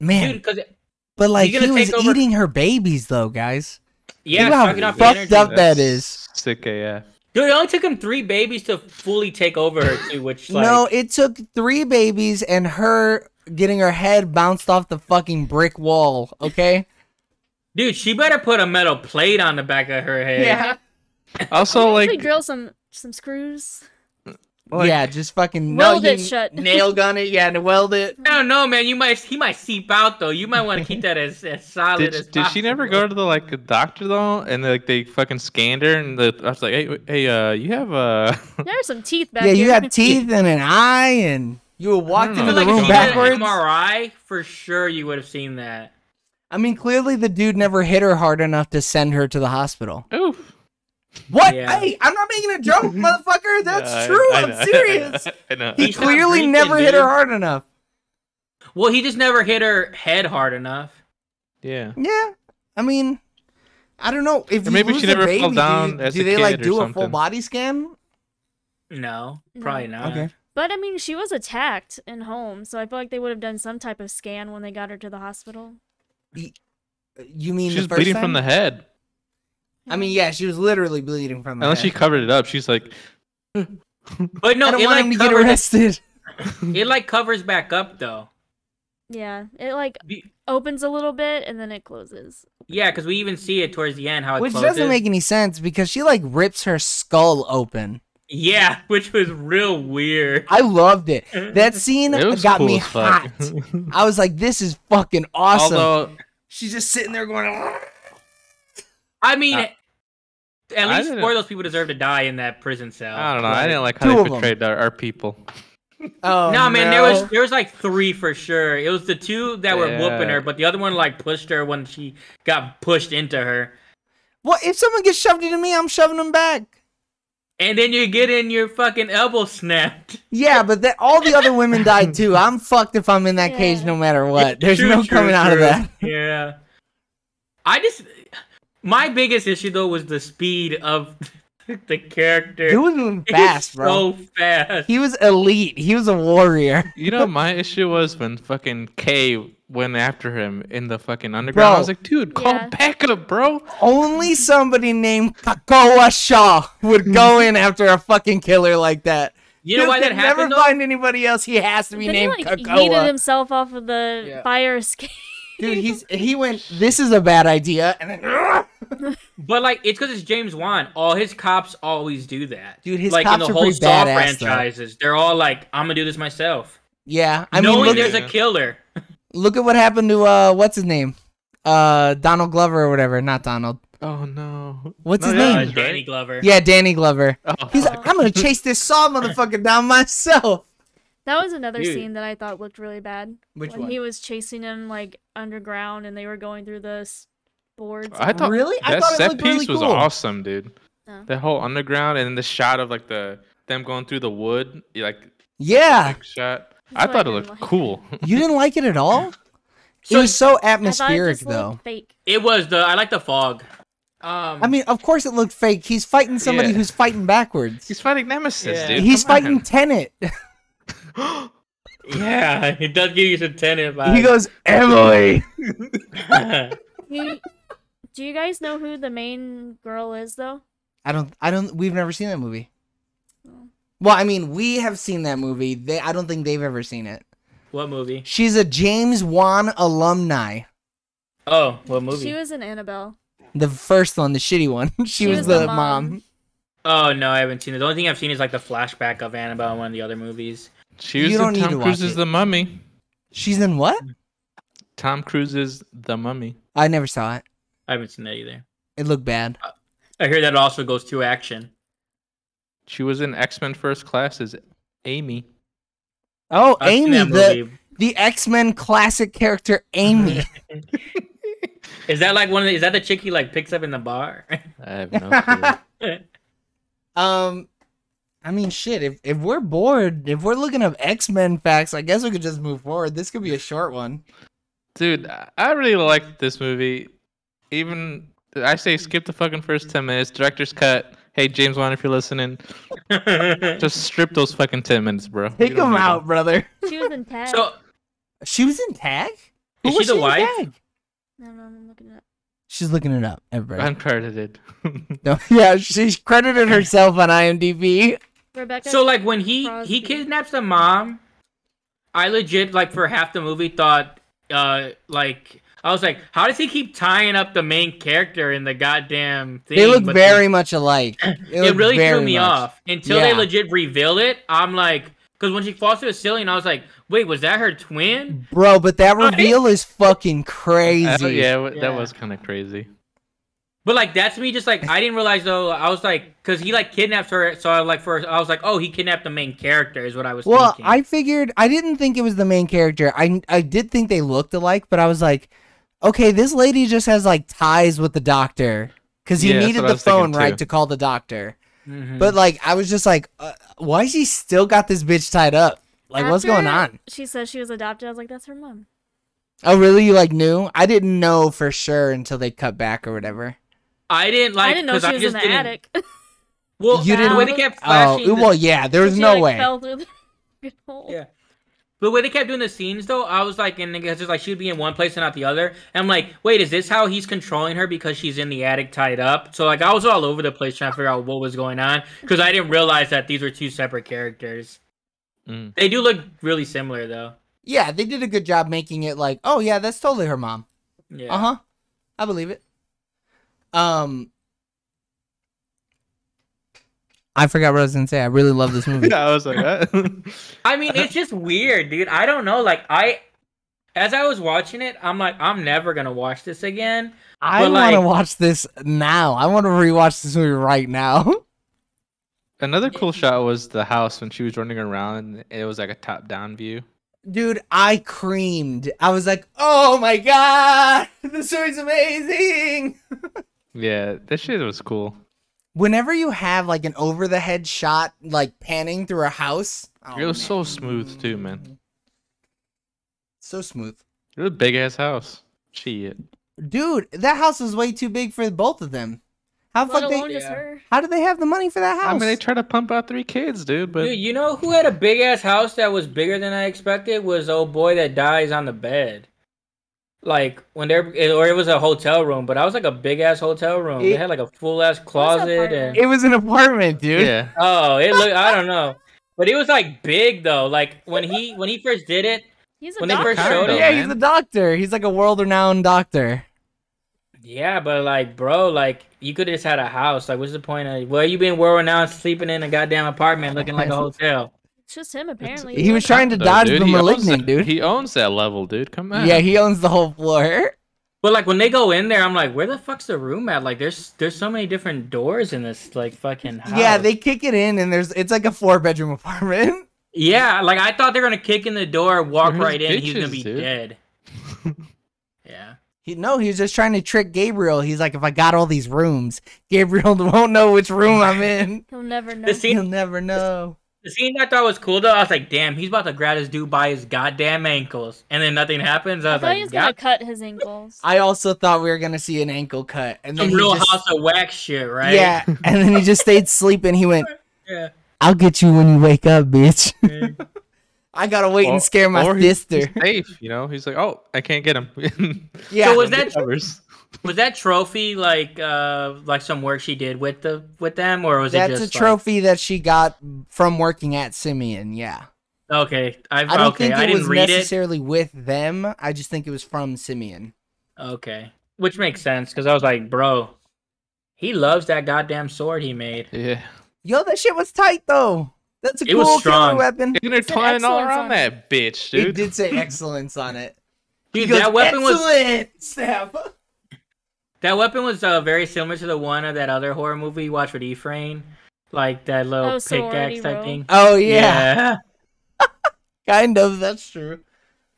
[SPEAKER 1] man!
[SPEAKER 4] dude, because
[SPEAKER 1] but like
[SPEAKER 4] he's gonna
[SPEAKER 1] he was
[SPEAKER 4] take over-
[SPEAKER 1] eating her babies though, guys.
[SPEAKER 4] yeah,
[SPEAKER 1] Think about
[SPEAKER 4] sucking
[SPEAKER 1] how
[SPEAKER 4] off the
[SPEAKER 1] fucked
[SPEAKER 4] energy.
[SPEAKER 1] up that is.
[SPEAKER 5] Sick AF.
[SPEAKER 4] Dude, it only took him three babies to fully take over her too, which like
[SPEAKER 1] no, it took three babies and her getting her head bounced off the fucking brick wall. Okay.
[SPEAKER 4] dude, she better put a metal plate on the back of her head.
[SPEAKER 5] Also,
[SPEAKER 2] Like,
[SPEAKER 5] like,
[SPEAKER 2] drill some some screws.
[SPEAKER 5] like-
[SPEAKER 1] yeah, just fucking
[SPEAKER 2] Weld
[SPEAKER 1] no,
[SPEAKER 2] it
[SPEAKER 1] you
[SPEAKER 2] shut.
[SPEAKER 1] Nail gun it, yeah, and weld it.
[SPEAKER 4] I don't know, man. You might he might seep out though. You might want to keep that as, as solid
[SPEAKER 5] did,
[SPEAKER 4] as
[SPEAKER 5] did she never go to the like the doctor though? And like they fucking scanned her, and the, I was like, hey, w- hey, uh, you have uh,
[SPEAKER 2] There are some teeth back
[SPEAKER 1] yeah, you
[SPEAKER 2] here.
[SPEAKER 1] got teeth and an eye, and you walked
[SPEAKER 5] know.
[SPEAKER 1] into
[SPEAKER 4] But,
[SPEAKER 5] to
[SPEAKER 1] the
[SPEAKER 4] Hmm. like, if
[SPEAKER 1] room
[SPEAKER 4] she had an
[SPEAKER 1] backwards.
[SPEAKER 4] MRI for sure. You would have seen that.
[SPEAKER 1] I mean, clearly the dude never hit her hard enough to send her to the hospital.
[SPEAKER 5] oof.
[SPEAKER 1] What?
[SPEAKER 4] Yeah.
[SPEAKER 1] Hey, I'm not making a joke, motherfucker. That's
[SPEAKER 5] Yeah, I-
[SPEAKER 1] true.
[SPEAKER 5] I
[SPEAKER 1] I, am
[SPEAKER 5] know, I know,
[SPEAKER 1] serious.
[SPEAKER 5] I know.
[SPEAKER 1] He
[SPEAKER 4] He's not
[SPEAKER 1] clearly
[SPEAKER 4] breathing,
[SPEAKER 1] never hit her
[SPEAKER 4] dude.
[SPEAKER 1] hard enough.
[SPEAKER 4] Well, he just never hit her head hard enough.
[SPEAKER 5] yeah.
[SPEAKER 1] Yeah, I mean, I don't know if
[SPEAKER 5] Or
[SPEAKER 1] you
[SPEAKER 5] maybe
[SPEAKER 1] lose
[SPEAKER 5] she
[SPEAKER 1] a
[SPEAKER 5] never fell
[SPEAKER 1] baby, do you-
[SPEAKER 5] down
[SPEAKER 1] Do,
[SPEAKER 5] as a
[SPEAKER 1] they like
[SPEAKER 5] kid or
[SPEAKER 1] do a full
[SPEAKER 5] something.
[SPEAKER 1] body scan?
[SPEAKER 4] No,
[SPEAKER 2] No.
[SPEAKER 4] probably not.
[SPEAKER 1] Okay.
[SPEAKER 2] But I mean, she was attacked in home, so I feel like they would have done some type of scan when they got her to the hospital.
[SPEAKER 1] You mean
[SPEAKER 5] She's
[SPEAKER 1] the first
[SPEAKER 5] bleeding
[SPEAKER 1] time?
[SPEAKER 5] from the head.
[SPEAKER 1] I mean, yeah, she was literally bleeding from the.
[SPEAKER 5] Unless she
[SPEAKER 1] head.
[SPEAKER 5] covered it up, she's like,
[SPEAKER 4] But no,
[SPEAKER 1] I don't want
[SPEAKER 4] it like
[SPEAKER 1] him to get
[SPEAKER 4] covers,
[SPEAKER 1] arrested.
[SPEAKER 4] it like covers back up though.
[SPEAKER 2] Yeah, it like
[SPEAKER 4] Be-
[SPEAKER 2] opens a little bit and then it closes.
[SPEAKER 4] Yeah, because we even see it towards the end how it
[SPEAKER 1] Which
[SPEAKER 4] closes.
[SPEAKER 1] doesn't make any sense because she like rips her skull open.
[SPEAKER 4] Yeah, which was real weird.
[SPEAKER 1] I loved it. That scene
[SPEAKER 5] it was
[SPEAKER 1] got
[SPEAKER 5] cool
[SPEAKER 1] me
[SPEAKER 5] as fuck.
[SPEAKER 1] hot. I was like, this is fucking awesome.
[SPEAKER 5] Although
[SPEAKER 1] She's just sitting there going,
[SPEAKER 4] I mean,
[SPEAKER 5] I-
[SPEAKER 4] at
[SPEAKER 5] I
[SPEAKER 4] least
[SPEAKER 5] didn't-
[SPEAKER 4] four of those people deserve to die in that prison cell.
[SPEAKER 5] I don't know. I
[SPEAKER 4] Like-
[SPEAKER 5] didn't like
[SPEAKER 1] Two
[SPEAKER 5] how
[SPEAKER 1] of
[SPEAKER 5] they
[SPEAKER 1] 'em.
[SPEAKER 5] portrayed our, our people.
[SPEAKER 1] oh.
[SPEAKER 4] no, man, there was
[SPEAKER 1] no."
[SPEAKER 4] there was like three for sure. It was the two that were whooping
[SPEAKER 5] Yeah.
[SPEAKER 4] her, but the other one like pushed her when she got pushed into her.
[SPEAKER 1] What if someone gets shoved into me? I'm shoving them back.
[SPEAKER 4] And then you get in your fucking elbow snapped.
[SPEAKER 1] Yeah, but that all the other women died too. I'm fucked if I'm in that cage
[SPEAKER 2] Yeah.
[SPEAKER 1] no matter what. There's
[SPEAKER 4] True,
[SPEAKER 1] no
[SPEAKER 4] true,
[SPEAKER 1] coming out of
[SPEAKER 4] true.
[SPEAKER 1] that.
[SPEAKER 4] Yeah. I just my biggest issue though was the speed of the character.
[SPEAKER 1] Dude was moving
[SPEAKER 4] It was
[SPEAKER 1] fast, bro.
[SPEAKER 4] So fast.
[SPEAKER 1] He was elite. He was a warrior.
[SPEAKER 5] You know, my issue was when fucking K went after him in the fucking underground. I
[SPEAKER 1] Bro.
[SPEAKER 5] was like, dude, call
[SPEAKER 2] Yeah.
[SPEAKER 5] back up, bro.
[SPEAKER 1] Only somebody named Kakoa Shaw would go in after a fucking killer like that.
[SPEAKER 4] You know
[SPEAKER 1] Dude
[SPEAKER 4] why that
[SPEAKER 1] could never
[SPEAKER 4] happened? though?
[SPEAKER 1] find anybody else. He has to be
[SPEAKER 2] Then he
[SPEAKER 1] named
[SPEAKER 2] like yeeted
[SPEAKER 1] Kakoa.
[SPEAKER 2] himself off of the
[SPEAKER 1] Yeah.
[SPEAKER 2] fire escape.
[SPEAKER 1] Dude, he's he went. This is a bad idea, and then
[SPEAKER 4] But like, it's because it's James Wan. All his cops always do that.
[SPEAKER 1] Dude, his
[SPEAKER 4] like
[SPEAKER 1] cops
[SPEAKER 4] in the
[SPEAKER 1] are
[SPEAKER 4] whole
[SPEAKER 1] pretty
[SPEAKER 4] Saw
[SPEAKER 1] badass, though.
[SPEAKER 4] franchises, they're all like, "I'm gonna do this myself,"
[SPEAKER 1] yeah. I mean,
[SPEAKER 4] knowing
[SPEAKER 1] look,
[SPEAKER 4] there's
[SPEAKER 5] Yeah.
[SPEAKER 4] a killer.
[SPEAKER 1] look at what happened to uh, what's his name, uh Donald Glover or whatever, not Donald.
[SPEAKER 5] Oh no.
[SPEAKER 1] What's
[SPEAKER 5] No,
[SPEAKER 1] his
[SPEAKER 5] yeah,
[SPEAKER 1] name?
[SPEAKER 5] he's
[SPEAKER 4] Danny
[SPEAKER 5] right.
[SPEAKER 4] Glover.
[SPEAKER 1] Yeah, Danny Glover.
[SPEAKER 5] Oh,
[SPEAKER 1] He's like, I'm gonna chase this saw motherfucker down myself.
[SPEAKER 2] That was another
[SPEAKER 4] Dude.
[SPEAKER 2] scene that I thought looked really bad.
[SPEAKER 1] Which
[SPEAKER 2] when
[SPEAKER 1] one?
[SPEAKER 2] he was chasing him like underground and they were going through the s- boards.
[SPEAKER 5] I thought
[SPEAKER 1] Really? I
[SPEAKER 5] that
[SPEAKER 1] thought it
[SPEAKER 5] set
[SPEAKER 1] looked
[SPEAKER 5] piece
[SPEAKER 1] really
[SPEAKER 5] was
[SPEAKER 1] cool.
[SPEAKER 5] awesome, dude.
[SPEAKER 2] Oh.
[SPEAKER 5] That whole underground and then the shot of like the them going through the wood, you, like
[SPEAKER 1] Yeah.
[SPEAKER 5] big shot.
[SPEAKER 2] That's
[SPEAKER 5] I
[SPEAKER 2] what I
[SPEAKER 5] thought it
[SPEAKER 2] didn't
[SPEAKER 5] looked
[SPEAKER 2] like.
[SPEAKER 5] cool.
[SPEAKER 1] You didn't like it at all?
[SPEAKER 4] So-
[SPEAKER 1] it was so
[SPEAKER 2] I thought it
[SPEAKER 1] atmospheric
[SPEAKER 2] just
[SPEAKER 1] though.
[SPEAKER 2] looked fake.
[SPEAKER 4] It was the I like the fog. Um,
[SPEAKER 1] I mean, of course it looked fake. He's fighting somebody
[SPEAKER 5] Yeah.
[SPEAKER 1] who's fighting backwards.
[SPEAKER 5] He's fighting Nemesis,
[SPEAKER 4] Yeah.
[SPEAKER 5] dude.
[SPEAKER 1] He's
[SPEAKER 5] come on.
[SPEAKER 1] fighting Tenet.
[SPEAKER 4] yeah, it does give you some tenant vibes.
[SPEAKER 1] he goes, Emily.
[SPEAKER 2] Do you- do you guys know who the main girl is though?
[SPEAKER 1] I don't. I don't. We've never seen that movie.
[SPEAKER 2] Oh.
[SPEAKER 1] Well, I mean, we have seen that movie. They. I don't think they've ever seen it.
[SPEAKER 4] what movie?
[SPEAKER 1] She's a James Wan alumni.
[SPEAKER 4] Oh, what movie?
[SPEAKER 2] She was in Annabelle.
[SPEAKER 1] The first one, the shitty one. she, was, the, mom.
[SPEAKER 4] oh no, I haven't seen it. The only thing I've seen is like the flashback of Annabelle in one of the other movies.
[SPEAKER 5] She was
[SPEAKER 1] You don't
[SPEAKER 5] in
[SPEAKER 1] need to
[SPEAKER 5] Tom
[SPEAKER 1] watch
[SPEAKER 5] Cruise's
[SPEAKER 1] it.
[SPEAKER 5] The Mummy.
[SPEAKER 1] She's in what?
[SPEAKER 4] Mm-hmm.
[SPEAKER 5] Tom Cruise's The Mummy.
[SPEAKER 1] I never saw it.
[SPEAKER 4] I haven't seen that either.
[SPEAKER 1] It looked bad.
[SPEAKER 4] Uh, I hear that also goes to action.
[SPEAKER 5] She was in X Men First Class as Amy.
[SPEAKER 1] Oh,
[SPEAKER 4] I've seen
[SPEAKER 1] Amy,
[SPEAKER 4] that
[SPEAKER 1] the
[SPEAKER 4] movie.
[SPEAKER 1] the X Men classic character Amy.
[SPEAKER 4] Is that like one of the, is that the chick he like picks up in the bar?
[SPEAKER 5] I have no clue.
[SPEAKER 1] um, I mean, shit. If if we're bored, if we're looking up X Men facts, I guess we could just move forward. This could be a short one.
[SPEAKER 5] Dude, I- I really liked this movie. Even I say skip the fucking first ten minutes. Director's cut. Hey James Wan, if you're listening, just strip those fucking ten minutes, bro. You
[SPEAKER 1] Pick
[SPEAKER 5] don't
[SPEAKER 1] them
[SPEAKER 5] need
[SPEAKER 1] out, brother.
[SPEAKER 2] She was in Ted.
[SPEAKER 4] so
[SPEAKER 1] She was in Tag.
[SPEAKER 4] Is she the
[SPEAKER 1] in
[SPEAKER 4] wife?
[SPEAKER 1] Tag?
[SPEAKER 2] no, no, I'm looking it up.
[SPEAKER 1] She's looking it up.
[SPEAKER 5] them.
[SPEAKER 1] Everybody.
[SPEAKER 5] Uncredited.
[SPEAKER 1] No, yeah, she's credited herself on IMDb.
[SPEAKER 2] Rebecca.
[SPEAKER 4] so like when he
[SPEAKER 2] Crosby.
[SPEAKER 4] he kidnaps the mom, I legit like for half the movie thought uh like I was like, how does he keep tying up the main character in the goddamn thing?
[SPEAKER 1] They look
[SPEAKER 4] But
[SPEAKER 1] very much alike. It,
[SPEAKER 4] it
[SPEAKER 1] looked
[SPEAKER 4] really
[SPEAKER 1] very
[SPEAKER 4] threw me
[SPEAKER 1] much.
[SPEAKER 4] off until they
[SPEAKER 1] Yeah.
[SPEAKER 4] legit reveal it. I'm like, because when she falls to the ceiling, I was like, wait, was that her twin?
[SPEAKER 1] bro. But that
[SPEAKER 4] Right?
[SPEAKER 1] reveal is fucking crazy.
[SPEAKER 5] Uh, yeah, w-
[SPEAKER 4] Yeah.
[SPEAKER 5] that was kind of crazy.
[SPEAKER 4] But like, that's me. Just like, I didn't realize though. I was like, because he like kidnaps her. So I like first, I was like, oh, he kidnapped the main character. Is what I was
[SPEAKER 1] Well,
[SPEAKER 4] thinking.
[SPEAKER 1] I figured I didn't think it was the main character. I I did think they looked alike, but I was like, okay, this lady just has like ties with the doctor because he
[SPEAKER 5] Yeah, that's
[SPEAKER 1] needed
[SPEAKER 5] what I
[SPEAKER 1] the
[SPEAKER 5] was
[SPEAKER 1] phone
[SPEAKER 5] thinking
[SPEAKER 1] right
[SPEAKER 5] too. Mm-hmm.
[SPEAKER 1] to call the doctor.
[SPEAKER 4] Mhm.
[SPEAKER 1] But like, I was just like, uh, why she still got this bitch tied up? Like, what's
[SPEAKER 2] After
[SPEAKER 1] going on?
[SPEAKER 2] She says she was adopted. I was like, that's her mom.
[SPEAKER 1] Oh, really? You like knew? I didn't know for sure until they cut back or whatever.
[SPEAKER 4] I didn't like.
[SPEAKER 2] I didn't know
[SPEAKER 4] 'cause
[SPEAKER 2] she was in
[SPEAKER 4] just
[SPEAKER 2] the
[SPEAKER 4] didn't-
[SPEAKER 2] attic.
[SPEAKER 4] Well,
[SPEAKER 1] You
[SPEAKER 4] you
[SPEAKER 1] didn't-
[SPEAKER 4] didn't. The way they kept
[SPEAKER 1] Oh,
[SPEAKER 4] flashing. the-
[SPEAKER 1] well, yeah. There was
[SPEAKER 2] She,
[SPEAKER 1] no
[SPEAKER 2] like,
[SPEAKER 1] way.
[SPEAKER 2] Fell through the fucking hole.
[SPEAKER 4] Yeah. the way they kept doing the scenes though, I was like, and it's just like she'd be in one place and not the other. And I'm like, wait, is this how he's controlling her because she's in the attic tied up? So like, I was all over the place trying to figure out what was going on because I didn't realize that these were two separate characters.
[SPEAKER 5] Mm.
[SPEAKER 4] They do look really similar though.
[SPEAKER 1] Yeah, they did a good job making it like, oh yeah, that's totally her mom.
[SPEAKER 4] Yeah.
[SPEAKER 1] Uh huh. I believe it. Um, I forgot what I was gonna say. I really love this movie.
[SPEAKER 5] Yeah, I was like, uh,
[SPEAKER 4] I mean, it's just weird, dude. I don't know. Like I, as I was watching it, I'm like, I'm never gonna watch this again.
[SPEAKER 1] I
[SPEAKER 4] But,
[SPEAKER 1] want to
[SPEAKER 4] like-
[SPEAKER 1] watch this now. I want to rewatch this movie right now.
[SPEAKER 5] another cool shot was the house when she was running around. and It was like a top-down view.
[SPEAKER 1] Dude, I creamed. I was like, "Oh my god, this movie's amazing!"
[SPEAKER 5] Yeah, that shit was cool.
[SPEAKER 1] Whenever you have like an over-the-head shot, like panning through a house, oh,
[SPEAKER 5] it was
[SPEAKER 1] man.
[SPEAKER 5] so smooth too, man.
[SPEAKER 1] so smooth.
[SPEAKER 5] It was a big ass house. Shit.
[SPEAKER 1] Dude, that house was way too big for both of them. How the
[SPEAKER 2] Let
[SPEAKER 1] fuck
[SPEAKER 2] alone
[SPEAKER 1] they?
[SPEAKER 2] just
[SPEAKER 4] Yeah.
[SPEAKER 2] her.
[SPEAKER 1] How did they have the money for that house?
[SPEAKER 5] I mean, they try to pump out three kids, dude. But
[SPEAKER 4] Dude, you know who had a big ass house that was bigger than I expected was old boy that dies on the bed. Like when there, or it was a hotel room, but I was like a big ass hotel room.
[SPEAKER 1] It-
[SPEAKER 4] they had like a full ass closet
[SPEAKER 2] apartment.
[SPEAKER 4] and
[SPEAKER 1] It was an apartment, dude.
[SPEAKER 5] yeah,
[SPEAKER 4] oh, it looked I don't know, but it was like big though. Like when he when he first did it,
[SPEAKER 2] He's a
[SPEAKER 4] When they
[SPEAKER 2] doctor.
[SPEAKER 4] first showed
[SPEAKER 5] Kinda.
[SPEAKER 4] it,
[SPEAKER 1] Oh, Yeah,
[SPEAKER 5] man.
[SPEAKER 1] he's a doctor. He's like a world-renowned doctor.
[SPEAKER 4] yeah, but like bro, like you could have just had a house. Like what's the point of? Well, you been world renowned sleeping in a goddamn apartment looking like a hotel.
[SPEAKER 2] It's just him apparently.
[SPEAKER 1] He was trying to
[SPEAKER 5] Though,
[SPEAKER 1] dodge
[SPEAKER 5] dude,
[SPEAKER 1] the
[SPEAKER 5] he owns
[SPEAKER 1] malignant,
[SPEAKER 5] that-
[SPEAKER 1] dude.
[SPEAKER 5] He owns that level, dude. Come on.
[SPEAKER 1] Yeah, he owns the whole floor.
[SPEAKER 4] But like when they go in there, I'm like, where the fuck's the room at? Like there's there's so many different doors in this like fucking house.
[SPEAKER 1] Yeah, they kick it in, and there's it's like a four bedroom apartment.
[SPEAKER 4] Yeah, like I thought they were gonna kick in the door, walk
[SPEAKER 5] They're
[SPEAKER 4] right in, he's gonna
[SPEAKER 5] bitches,
[SPEAKER 4] be
[SPEAKER 5] dude.
[SPEAKER 4] dead. yeah.
[SPEAKER 1] He, no, he was just trying to trick Gabriel. He's like, if I got all these rooms, Gabriel won't know which room I'm in.
[SPEAKER 2] He'll never know.
[SPEAKER 4] The scene
[SPEAKER 1] He'll never know.
[SPEAKER 4] The scene I thought was cool though, I was like, damn, he's about to grab this dude by his goddamn ankles, and then nothing happens.
[SPEAKER 2] I
[SPEAKER 4] I was
[SPEAKER 2] thought he
[SPEAKER 4] like,
[SPEAKER 2] was gonna
[SPEAKER 4] God,
[SPEAKER 2] cut his ankles.
[SPEAKER 1] I also thought we were gonna see an ankle cut, and then
[SPEAKER 4] some
[SPEAKER 1] he
[SPEAKER 4] real
[SPEAKER 1] just,
[SPEAKER 4] house of wax shit, right?
[SPEAKER 1] yeah, and then he just stayed sleeping. He went,
[SPEAKER 4] Yeah.
[SPEAKER 1] "I'll get you when you wake up, bitch." I gotta wait
[SPEAKER 5] Or-
[SPEAKER 1] and scare my
[SPEAKER 5] or he's-
[SPEAKER 1] sister.
[SPEAKER 5] He's safe, you know. He's like, oh, I can't get him.
[SPEAKER 1] yeah,
[SPEAKER 4] So was that
[SPEAKER 5] Covers.
[SPEAKER 4] was that trophy like uh like some work she did with the with them or was it
[SPEAKER 1] that's a
[SPEAKER 4] just
[SPEAKER 1] trophy that she got from working at Simeon. Yeah,
[SPEAKER 4] Like, okay, I,
[SPEAKER 1] I don't
[SPEAKER 4] okay,
[SPEAKER 1] think
[SPEAKER 4] I
[SPEAKER 1] it
[SPEAKER 4] didn't
[SPEAKER 1] was
[SPEAKER 4] read
[SPEAKER 1] necessarily with them. I just think it was from Simeon.
[SPEAKER 4] it. Okay, which makes sense because I was like, bro, he loves that goddamn sword he made.
[SPEAKER 5] Yeah.
[SPEAKER 1] Yo, that shit was tight though. That's a
[SPEAKER 4] It
[SPEAKER 1] cool
[SPEAKER 4] was
[SPEAKER 1] killer
[SPEAKER 4] strong.
[SPEAKER 1] weapon.
[SPEAKER 5] Intertwined all
[SPEAKER 2] excellence
[SPEAKER 5] around
[SPEAKER 2] on
[SPEAKER 5] that bitch,
[SPEAKER 1] It
[SPEAKER 5] dude.
[SPEAKER 1] did say excellence on it.
[SPEAKER 4] Dude,
[SPEAKER 1] He goes,
[SPEAKER 4] that weapon was
[SPEAKER 1] excellent, Snap.
[SPEAKER 4] That weapon was uh, very similar to the one of that other horror movie you watched with Ephraim, like that little
[SPEAKER 2] Oh, Sorority
[SPEAKER 4] pickaxe type
[SPEAKER 2] Row.
[SPEAKER 4] thing.
[SPEAKER 1] Oh yeah,
[SPEAKER 4] Yeah.
[SPEAKER 1] kind of. That's true.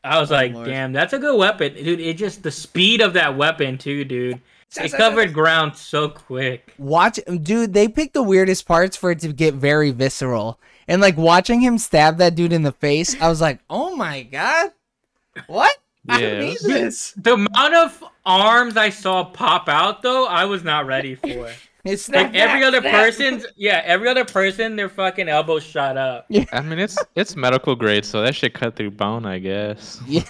[SPEAKER 4] I was like,
[SPEAKER 1] Oh, Lord.
[SPEAKER 4] damn, that's a good weapon, dude. It just the speed of that weapon too, dude. It covered ground so quick.
[SPEAKER 1] Watch, dude. They picked the weirdest parts for it to get very visceral. And like watching him stab that dude in the face, I was like, oh my god, what? I
[SPEAKER 5] Yeah, it
[SPEAKER 1] need
[SPEAKER 5] was-
[SPEAKER 1] this.
[SPEAKER 4] The amount of arms I saw pop out though, I was not ready for.
[SPEAKER 1] It's
[SPEAKER 4] like
[SPEAKER 1] not
[SPEAKER 4] every
[SPEAKER 1] that-
[SPEAKER 4] other
[SPEAKER 1] that-
[SPEAKER 4] person's, yeah, every other person, their fucking elbow shot up.
[SPEAKER 5] I mean, it's it's medical grade, so that shit cut through bone, I guess.
[SPEAKER 1] Yeah.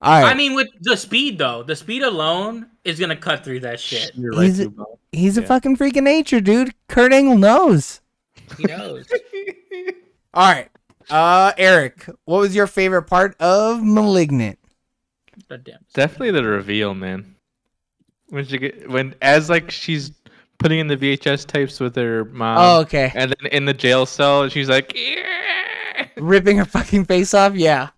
[SPEAKER 1] All right.
[SPEAKER 4] I mean, with the speed though, the speed alone is gonna cut through that shit.
[SPEAKER 5] You're
[SPEAKER 1] He's-
[SPEAKER 5] through bone.
[SPEAKER 1] He's a
[SPEAKER 5] Yeah.
[SPEAKER 1] fucking freak of nature, dude. Kurt Angle knows.
[SPEAKER 4] He knows.
[SPEAKER 1] All right. Uh, Eric, what was your favorite part of Malignant?
[SPEAKER 4] God damn.
[SPEAKER 5] Definitely the reveal, man. When she get when as like she's putting in the VHS tapes with her mom.
[SPEAKER 1] oh, okay.
[SPEAKER 5] And then in the jail cell, she's like, yeah.
[SPEAKER 1] Ripping her fucking face off. Yeah.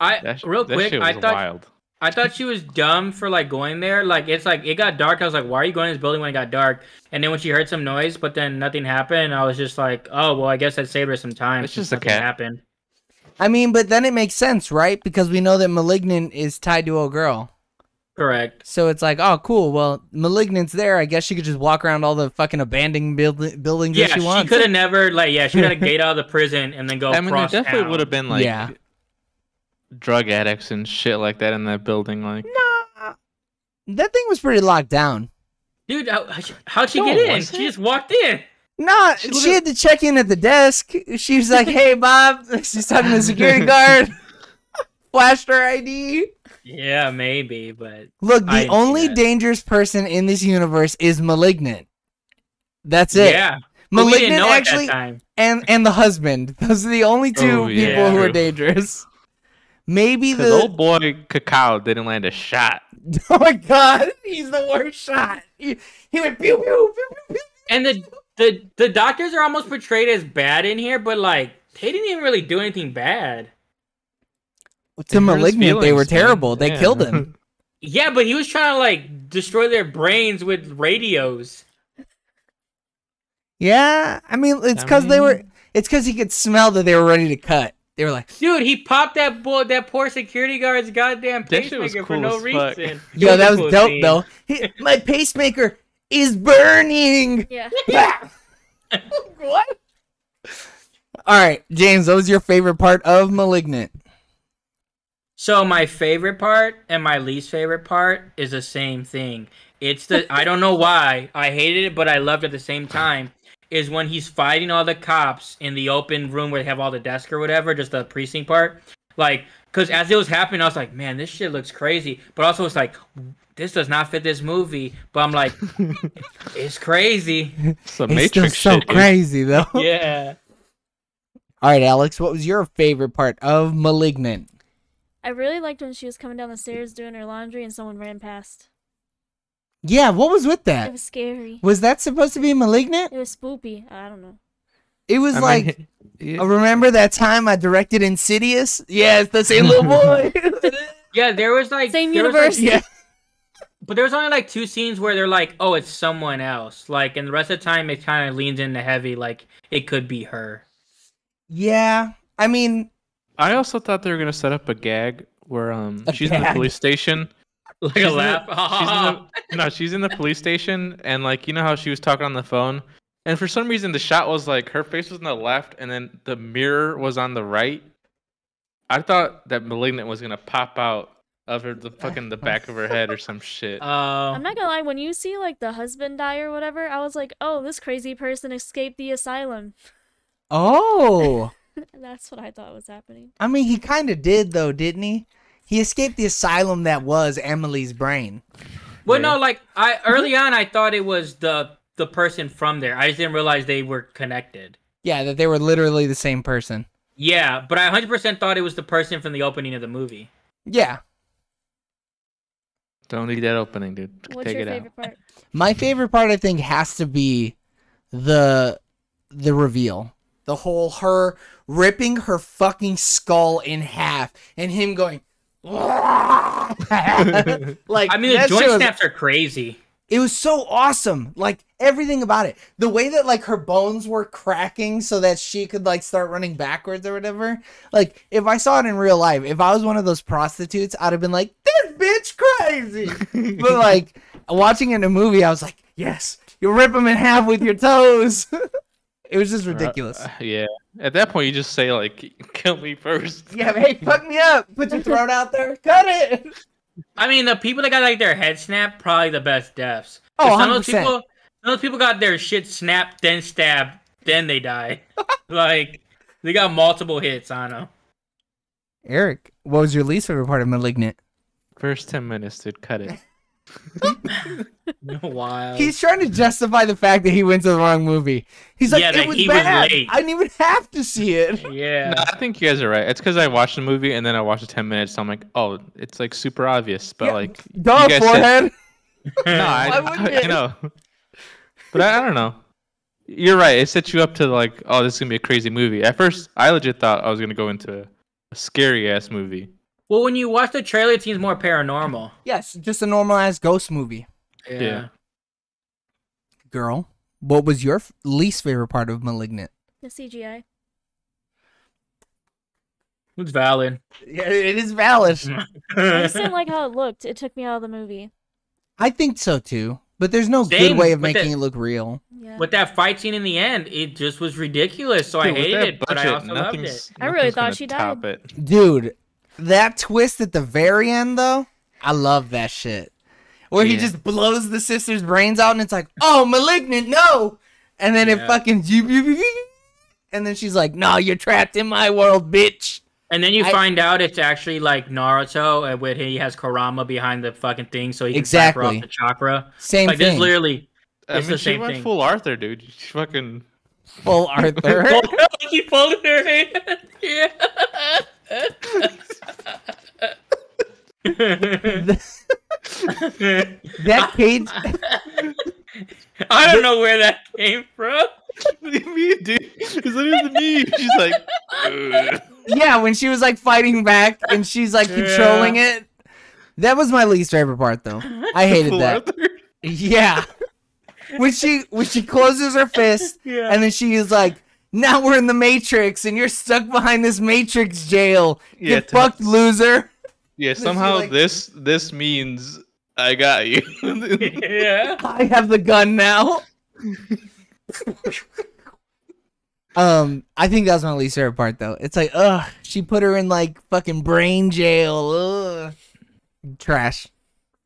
[SPEAKER 4] I
[SPEAKER 5] That sh-
[SPEAKER 4] real
[SPEAKER 5] that
[SPEAKER 4] quick,
[SPEAKER 5] shit
[SPEAKER 4] I
[SPEAKER 5] was
[SPEAKER 4] thought
[SPEAKER 5] wild.
[SPEAKER 4] I thought she was dumb for like going there. Like it's like it got dark. I was like, why are you going to this building when it got dark? And then when she heard some noise, but then nothing happened. I was just like, oh well, I guess that saved her some time.
[SPEAKER 5] It's
[SPEAKER 4] since
[SPEAKER 5] just a
[SPEAKER 4] nothing
[SPEAKER 5] cat.
[SPEAKER 4] happened.
[SPEAKER 1] I mean, but then it makes sense, right? Because we know that Malignant is tied to a girl.
[SPEAKER 4] Correct.
[SPEAKER 1] So it's like, oh, cool. Well, Malignant's there. I guess she could just walk around all the fucking abandoned build- buildings
[SPEAKER 4] Yeah,
[SPEAKER 1] that she
[SPEAKER 4] she,
[SPEAKER 1] wants.
[SPEAKER 4] could have never like yeah, she could have gate out of the prison and then go
[SPEAKER 5] I mean, there
[SPEAKER 4] across
[SPEAKER 5] definitely
[SPEAKER 4] Oh, town.
[SPEAKER 5] would have been like
[SPEAKER 1] Yeah.
[SPEAKER 5] drug addicts and shit like that in that building. Like,
[SPEAKER 1] That thing was pretty locked down.
[SPEAKER 4] Dude, how, how'd she
[SPEAKER 5] No,
[SPEAKER 4] get in?
[SPEAKER 5] was
[SPEAKER 4] She
[SPEAKER 5] it?
[SPEAKER 4] just walked in.
[SPEAKER 1] Nah, she, had to check in at the desk. She was like, "Hey, Bob." She's talking to the security guard. Flashed her ID.
[SPEAKER 4] Yeah, maybe, but
[SPEAKER 1] Look,
[SPEAKER 4] I
[SPEAKER 1] the
[SPEAKER 4] didn't see
[SPEAKER 1] only
[SPEAKER 4] that.
[SPEAKER 1] dangerous person in this universe is malignant. That's it.
[SPEAKER 4] yeah, but we
[SPEAKER 1] malignant
[SPEAKER 4] didn't know at that
[SPEAKER 1] actually,
[SPEAKER 4] time.
[SPEAKER 1] and and the husband. Those are the only two
[SPEAKER 5] Oh, yeah,
[SPEAKER 1] people who are
[SPEAKER 5] true.
[SPEAKER 1] dangerous. Maybe
[SPEAKER 5] because
[SPEAKER 1] the
[SPEAKER 5] old boy Cacao didn't land a shot.
[SPEAKER 1] oh my god, he's the worst shot. He, he went pew pew pew pew. pew.
[SPEAKER 4] And the the the doctors are almost portrayed as bad in here, but like they didn't even really do anything bad.
[SPEAKER 1] To
[SPEAKER 5] It hurt his
[SPEAKER 1] malignant, they were
[SPEAKER 5] feelings, man.
[SPEAKER 1] terrible. They
[SPEAKER 5] Yeah.
[SPEAKER 1] killed him.
[SPEAKER 4] Yeah, but he was trying to like destroy their brains with radios.
[SPEAKER 1] Yeah, I mean, it's
[SPEAKER 5] I
[SPEAKER 1] because they were.
[SPEAKER 5] mean-
[SPEAKER 1] It's because he could smell that they were ready to cut. They were like,
[SPEAKER 4] Dude, he popped that boy, that poor security guard's goddamn
[SPEAKER 5] That shit
[SPEAKER 4] pacemaker
[SPEAKER 5] was
[SPEAKER 4] for
[SPEAKER 5] cool
[SPEAKER 4] no
[SPEAKER 5] as fuck.
[SPEAKER 4] reason.
[SPEAKER 1] "Yo,
[SPEAKER 4] It
[SPEAKER 1] that
[SPEAKER 4] a cool
[SPEAKER 1] was dope,
[SPEAKER 4] scene.
[SPEAKER 1] though. He- my pacemaker is burning."
[SPEAKER 2] Yeah.
[SPEAKER 1] what? All right, James. What was your favorite part of *Malignant*?
[SPEAKER 4] So my favorite part and my least favorite part is the same thing. It's the I don't know why I hated it, but I loved it at the same time. Is when he's fighting all the cops in the open room where they have all the desk or whatever, just the precinct part. Like, cause as it was happening, I was like, man, this shit looks crazy. But also, it's like, this does not fit this movie. But I'm like, it's crazy.
[SPEAKER 5] Some
[SPEAKER 1] it's still
[SPEAKER 5] Matrix
[SPEAKER 1] so
[SPEAKER 5] shit. dude.
[SPEAKER 1] crazy, though.
[SPEAKER 4] Yeah.
[SPEAKER 1] All right, Alex. What was your favorite part of *Malignant*?
[SPEAKER 2] I really liked when she was coming down the stairs doing her laundry and someone ran past.
[SPEAKER 1] Yeah, what was with
[SPEAKER 2] It
[SPEAKER 1] that?
[SPEAKER 2] was scary.
[SPEAKER 1] Was that supposed to be *Malignant*?
[SPEAKER 2] It was spoopy. I don't know.
[SPEAKER 1] It was
[SPEAKER 5] I mean,
[SPEAKER 1] like.
[SPEAKER 5] he-
[SPEAKER 1] Oh, remember that time I directed Insidious? Yeah, it's the same little boy.
[SPEAKER 4] Yeah, there was like
[SPEAKER 2] Same
[SPEAKER 4] there was, like,
[SPEAKER 2] universe.
[SPEAKER 1] Yeah.
[SPEAKER 4] But there's only like two scenes where they're like, "Oh, it's someone else." Like, and the rest of the time, it kind of leans into heavy, like it could be her.
[SPEAKER 1] Yeah. I mean,
[SPEAKER 5] I also thought they were gonna set up a gag where um
[SPEAKER 1] A
[SPEAKER 5] she's in the
[SPEAKER 1] gag.
[SPEAKER 5] police station.
[SPEAKER 4] Like
[SPEAKER 5] She's
[SPEAKER 4] a
[SPEAKER 5] in the-
[SPEAKER 4] laugh.
[SPEAKER 5] She's in the, no, she's in the police station, and like you know how she was talking on the phone, and for some reason the shot was like her face was on the left, and then the mirror was on the right. I thought that malignant was gonna pop out of her the fucking the back of her head or some shit.
[SPEAKER 4] Uh,
[SPEAKER 2] I'm not gonna lie, when you see like the husband die or whatever, I was like, oh, this crazy person escaped the asylum.
[SPEAKER 1] oh.
[SPEAKER 2] That's what I thought was happening.
[SPEAKER 1] I mean, he kind of did though, didn't he? He escaped the asylum that was Emily's brain.
[SPEAKER 4] well, no, like I early on, I thought it was the the person from there. I just didn't realize they were connected.
[SPEAKER 1] Yeah, that they were literally the same person.
[SPEAKER 4] Yeah, but I 100% thought it was the person from the opening of the movie.
[SPEAKER 1] Yeah.
[SPEAKER 5] Don't need that opening, dude.
[SPEAKER 2] What's
[SPEAKER 5] Take
[SPEAKER 2] your
[SPEAKER 5] it out.
[SPEAKER 2] favorite part?
[SPEAKER 1] My favorite part I think has to be the the reveal. The whole her ripping her fucking skull in half and him going like
[SPEAKER 4] I mean, the
[SPEAKER 1] that shit
[SPEAKER 4] joint
[SPEAKER 1] was-
[SPEAKER 4] snaps are crazy.
[SPEAKER 1] It was so awesome. Like everything about it. The way that like her bones were cracking so that she could like start running backwards or whatever. Like if I saw it in real life, if I was one of those prostitutes, I'd have been like, "This bitch crazy." but like watching it in a movie, I was like, "Yes, you rip them in half with your toes." it was just ridiculous.
[SPEAKER 5] Uh, yeah. At that point, you just say like, "Kill me first.
[SPEAKER 1] yeah, but, hey, fuck me up. Put your throat out there. Cut it.
[SPEAKER 4] I mean, the people that got like their head snapped, probably the best deaths.
[SPEAKER 1] Oh,
[SPEAKER 4] 'Cause some of those
[SPEAKER 1] 100%.
[SPEAKER 4] people, some of those people got their shit snapped, then stabbed, then they die. like they got multiple hits on them.
[SPEAKER 1] Eric, what was your least favorite part of *Malignant*?
[SPEAKER 5] First ten minutes, dude. Cut it.
[SPEAKER 4] Wow.
[SPEAKER 1] He's trying to justify the fact that he went to the wrong movie. He's like,
[SPEAKER 4] Yeah,
[SPEAKER 1] it
[SPEAKER 4] that
[SPEAKER 1] was
[SPEAKER 4] he was
[SPEAKER 1] bad.
[SPEAKER 4] late."
[SPEAKER 1] I didn't even have to see it.
[SPEAKER 4] Yeah.
[SPEAKER 5] No, I think you guys are right. It's because I watched the movie and then I watched the 10 minutes. So I'm like, oh, it's like super obvious. But
[SPEAKER 1] Yeah,
[SPEAKER 5] like,
[SPEAKER 1] Duh,
[SPEAKER 5] you guys said-
[SPEAKER 1] forehead.
[SPEAKER 5] no,
[SPEAKER 1] Why
[SPEAKER 5] I,
[SPEAKER 1] wouldn't
[SPEAKER 5] I know. But I, I don't know. You're right. It sets you up to like, oh, this is going to be a crazy movie. At first, I legit thought I was going to go into a scary ass movie.
[SPEAKER 4] Well, when you watch the trailer, it seems more paranormal.
[SPEAKER 1] Yes, just a normalized ghost movie.
[SPEAKER 4] Yeah.
[SPEAKER 5] Yeah.
[SPEAKER 1] Girl, what was your f- least favorite part of *Malignant*?
[SPEAKER 2] The CGI.
[SPEAKER 4] It's valid.
[SPEAKER 1] Yeah, it is valid.
[SPEAKER 2] I just didn't like how it looked. It took me out of the movie.
[SPEAKER 1] I think so too. But there's no good
[SPEAKER 4] Same,
[SPEAKER 1] way of
[SPEAKER 4] but
[SPEAKER 1] making
[SPEAKER 4] that-
[SPEAKER 1] it look real.
[SPEAKER 2] Yeah.
[SPEAKER 4] With that fight scene in the end, it just was ridiculous. So Oh, I
[SPEAKER 5] Dude, with
[SPEAKER 4] hated
[SPEAKER 5] that
[SPEAKER 4] it, but I
[SPEAKER 5] budget,
[SPEAKER 4] also loved it.
[SPEAKER 5] nothing's-
[SPEAKER 2] I really
[SPEAKER 5] nothing's
[SPEAKER 2] thought
[SPEAKER 5] gonna
[SPEAKER 2] she
[SPEAKER 5] top It.
[SPEAKER 1] Dude, that twist at the very end though, I love that shit. Where he
[SPEAKER 5] Yeah.
[SPEAKER 1] just blows the sister's brains out and it's like, oh, malignant, no. And then it
[SPEAKER 4] Yeah.
[SPEAKER 1] fucking and then she's like, no, you're trapped in my world, bitch.
[SPEAKER 4] And then you
[SPEAKER 1] I-
[SPEAKER 4] find out it's actually like Naruto, and where he has Kurama behind the fucking thing, so he can
[SPEAKER 1] Exactly.
[SPEAKER 4] exactly. off the chakra.
[SPEAKER 1] Same
[SPEAKER 4] like this,
[SPEAKER 1] thing.
[SPEAKER 4] literally.
[SPEAKER 5] I
[SPEAKER 4] It's
[SPEAKER 5] mean,
[SPEAKER 4] the
[SPEAKER 5] she
[SPEAKER 4] same
[SPEAKER 5] went
[SPEAKER 4] thing.
[SPEAKER 5] full Arthur, dude. She fucking.
[SPEAKER 1] Full Arthur.
[SPEAKER 4] he folded her hand. Yeah.
[SPEAKER 1] that cage
[SPEAKER 4] I don't know where that came from.
[SPEAKER 5] me, dude. It's literally me. She's like, "Ugh."
[SPEAKER 1] Yeah, when she was like fighting back and she's like controlling it. That was my least favorite part though. I hated
[SPEAKER 5] full
[SPEAKER 1] that.
[SPEAKER 5] Arthur.
[SPEAKER 1] Yeah. When she when she closes her fist
[SPEAKER 4] Yeah.
[SPEAKER 1] and then she is like, now we're in the Matrix and you're stuck behind this Matrix jail.
[SPEAKER 5] Yeah,
[SPEAKER 1] you
[SPEAKER 5] to-
[SPEAKER 1] fucked loser.
[SPEAKER 5] Yeah,
[SPEAKER 1] she
[SPEAKER 5] somehow
[SPEAKER 1] like-
[SPEAKER 5] this this means I got you.
[SPEAKER 4] yeah.
[SPEAKER 1] I have the gun now. um, I think that's my least favorite part though. It's like, ugh, she put her in like fucking brain jail. Ugh. Trash.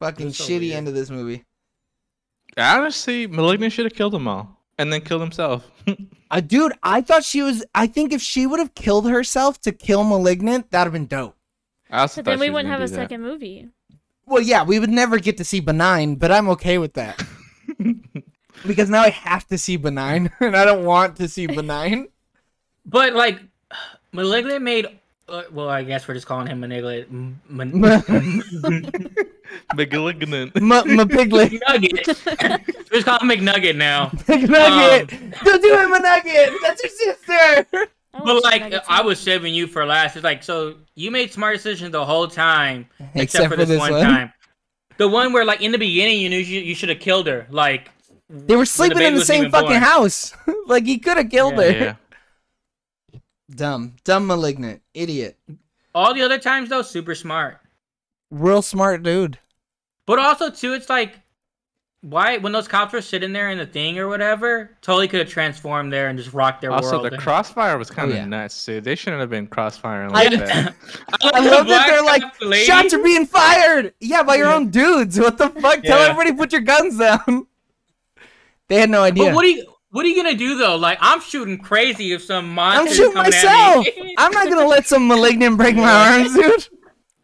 [SPEAKER 1] Fucking
[SPEAKER 4] That's so
[SPEAKER 1] shitty
[SPEAKER 4] weird.
[SPEAKER 1] end of this movie.
[SPEAKER 5] Honestly, Malignant should have killed them all and then killed himself.
[SPEAKER 1] Uh, dude, I thought she was. I think if she would have killed herself to kill Malignant, that'd have been dope.
[SPEAKER 5] I also
[SPEAKER 2] But
[SPEAKER 5] thought
[SPEAKER 2] then we
[SPEAKER 5] she was
[SPEAKER 2] wouldn't have
[SPEAKER 5] gonna
[SPEAKER 2] a
[SPEAKER 5] do that.
[SPEAKER 2] second movie.
[SPEAKER 1] Well, yeah, we would never get to see Benign, but I'm okay with that. because now I have to see Benign, and I don't want to see Benign.
[SPEAKER 4] But like, Malignant made. Uh, well, I guess we're just calling him Malignant. M- Man-
[SPEAKER 1] M-
[SPEAKER 5] Malignant.
[SPEAKER 1] M- Piglet.
[SPEAKER 4] McNugget. we just call him McNugget now.
[SPEAKER 1] Um, McNugget! Don't do it, McNugget! That's your sister!
[SPEAKER 2] I
[SPEAKER 4] but
[SPEAKER 2] was so
[SPEAKER 4] like
[SPEAKER 2] negative.
[SPEAKER 4] I was saving you for last. It's like so you made smart decisions the whole time, except,
[SPEAKER 1] Except
[SPEAKER 4] for
[SPEAKER 1] for
[SPEAKER 4] this,
[SPEAKER 1] this
[SPEAKER 4] one,
[SPEAKER 1] one.
[SPEAKER 4] time. The one where like in the beginning you knew you, you should have killed her. Like
[SPEAKER 1] They were sleeping
[SPEAKER 4] baby
[SPEAKER 1] in the
[SPEAKER 4] wasn't
[SPEAKER 1] same
[SPEAKER 4] even
[SPEAKER 1] fucking
[SPEAKER 4] born.
[SPEAKER 1] house. like he could have killed her.
[SPEAKER 5] Yeah.
[SPEAKER 1] Dumb, dumb, malignant, idiot,
[SPEAKER 4] all the other times though, super smart.
[SPEAKER 1] real smart dude.
[SPEAKER 4] But also too, it's like why when those cops were sitting there in the thing or whatever, totally could have transformed there and just rocked their
[SPEAKER 5] Also,
[SPEAKER 4] world.
[SPEAKER 5] the crossfire was kind of
[SPEAKER 1] yeah.
[SPEAKER 5] nuts, dude. They shouldn't have been crossfiring
[SPEAKER 1] I-
[SPEAKER 5] like that.
[SPEAKER 4] Oh,
[SPEAKER 1] I love that they're like shots are being fired. Yeah, by your own dudes. What the fuck? Tell
[SPEAKER 4] Yeah.
[SPEAKER 1] everybody put your guns down. they had no
[SPEAKER 4] But
[SPEAKER 1] idea.
[SPEAKER 4] what are you what are you gonna do though? Like I'm shooting crazy if some
[SPEAKER 1] I'm
[SPEAKER 4] monster.
[SPEAKER 1] shooting
[SPEAKER 4] coming
[SPEAKER 1] myself.
[SPEAKER 4] At me.
[SPEAKER 1] I'm not gonna let some malignant break my arms, dude.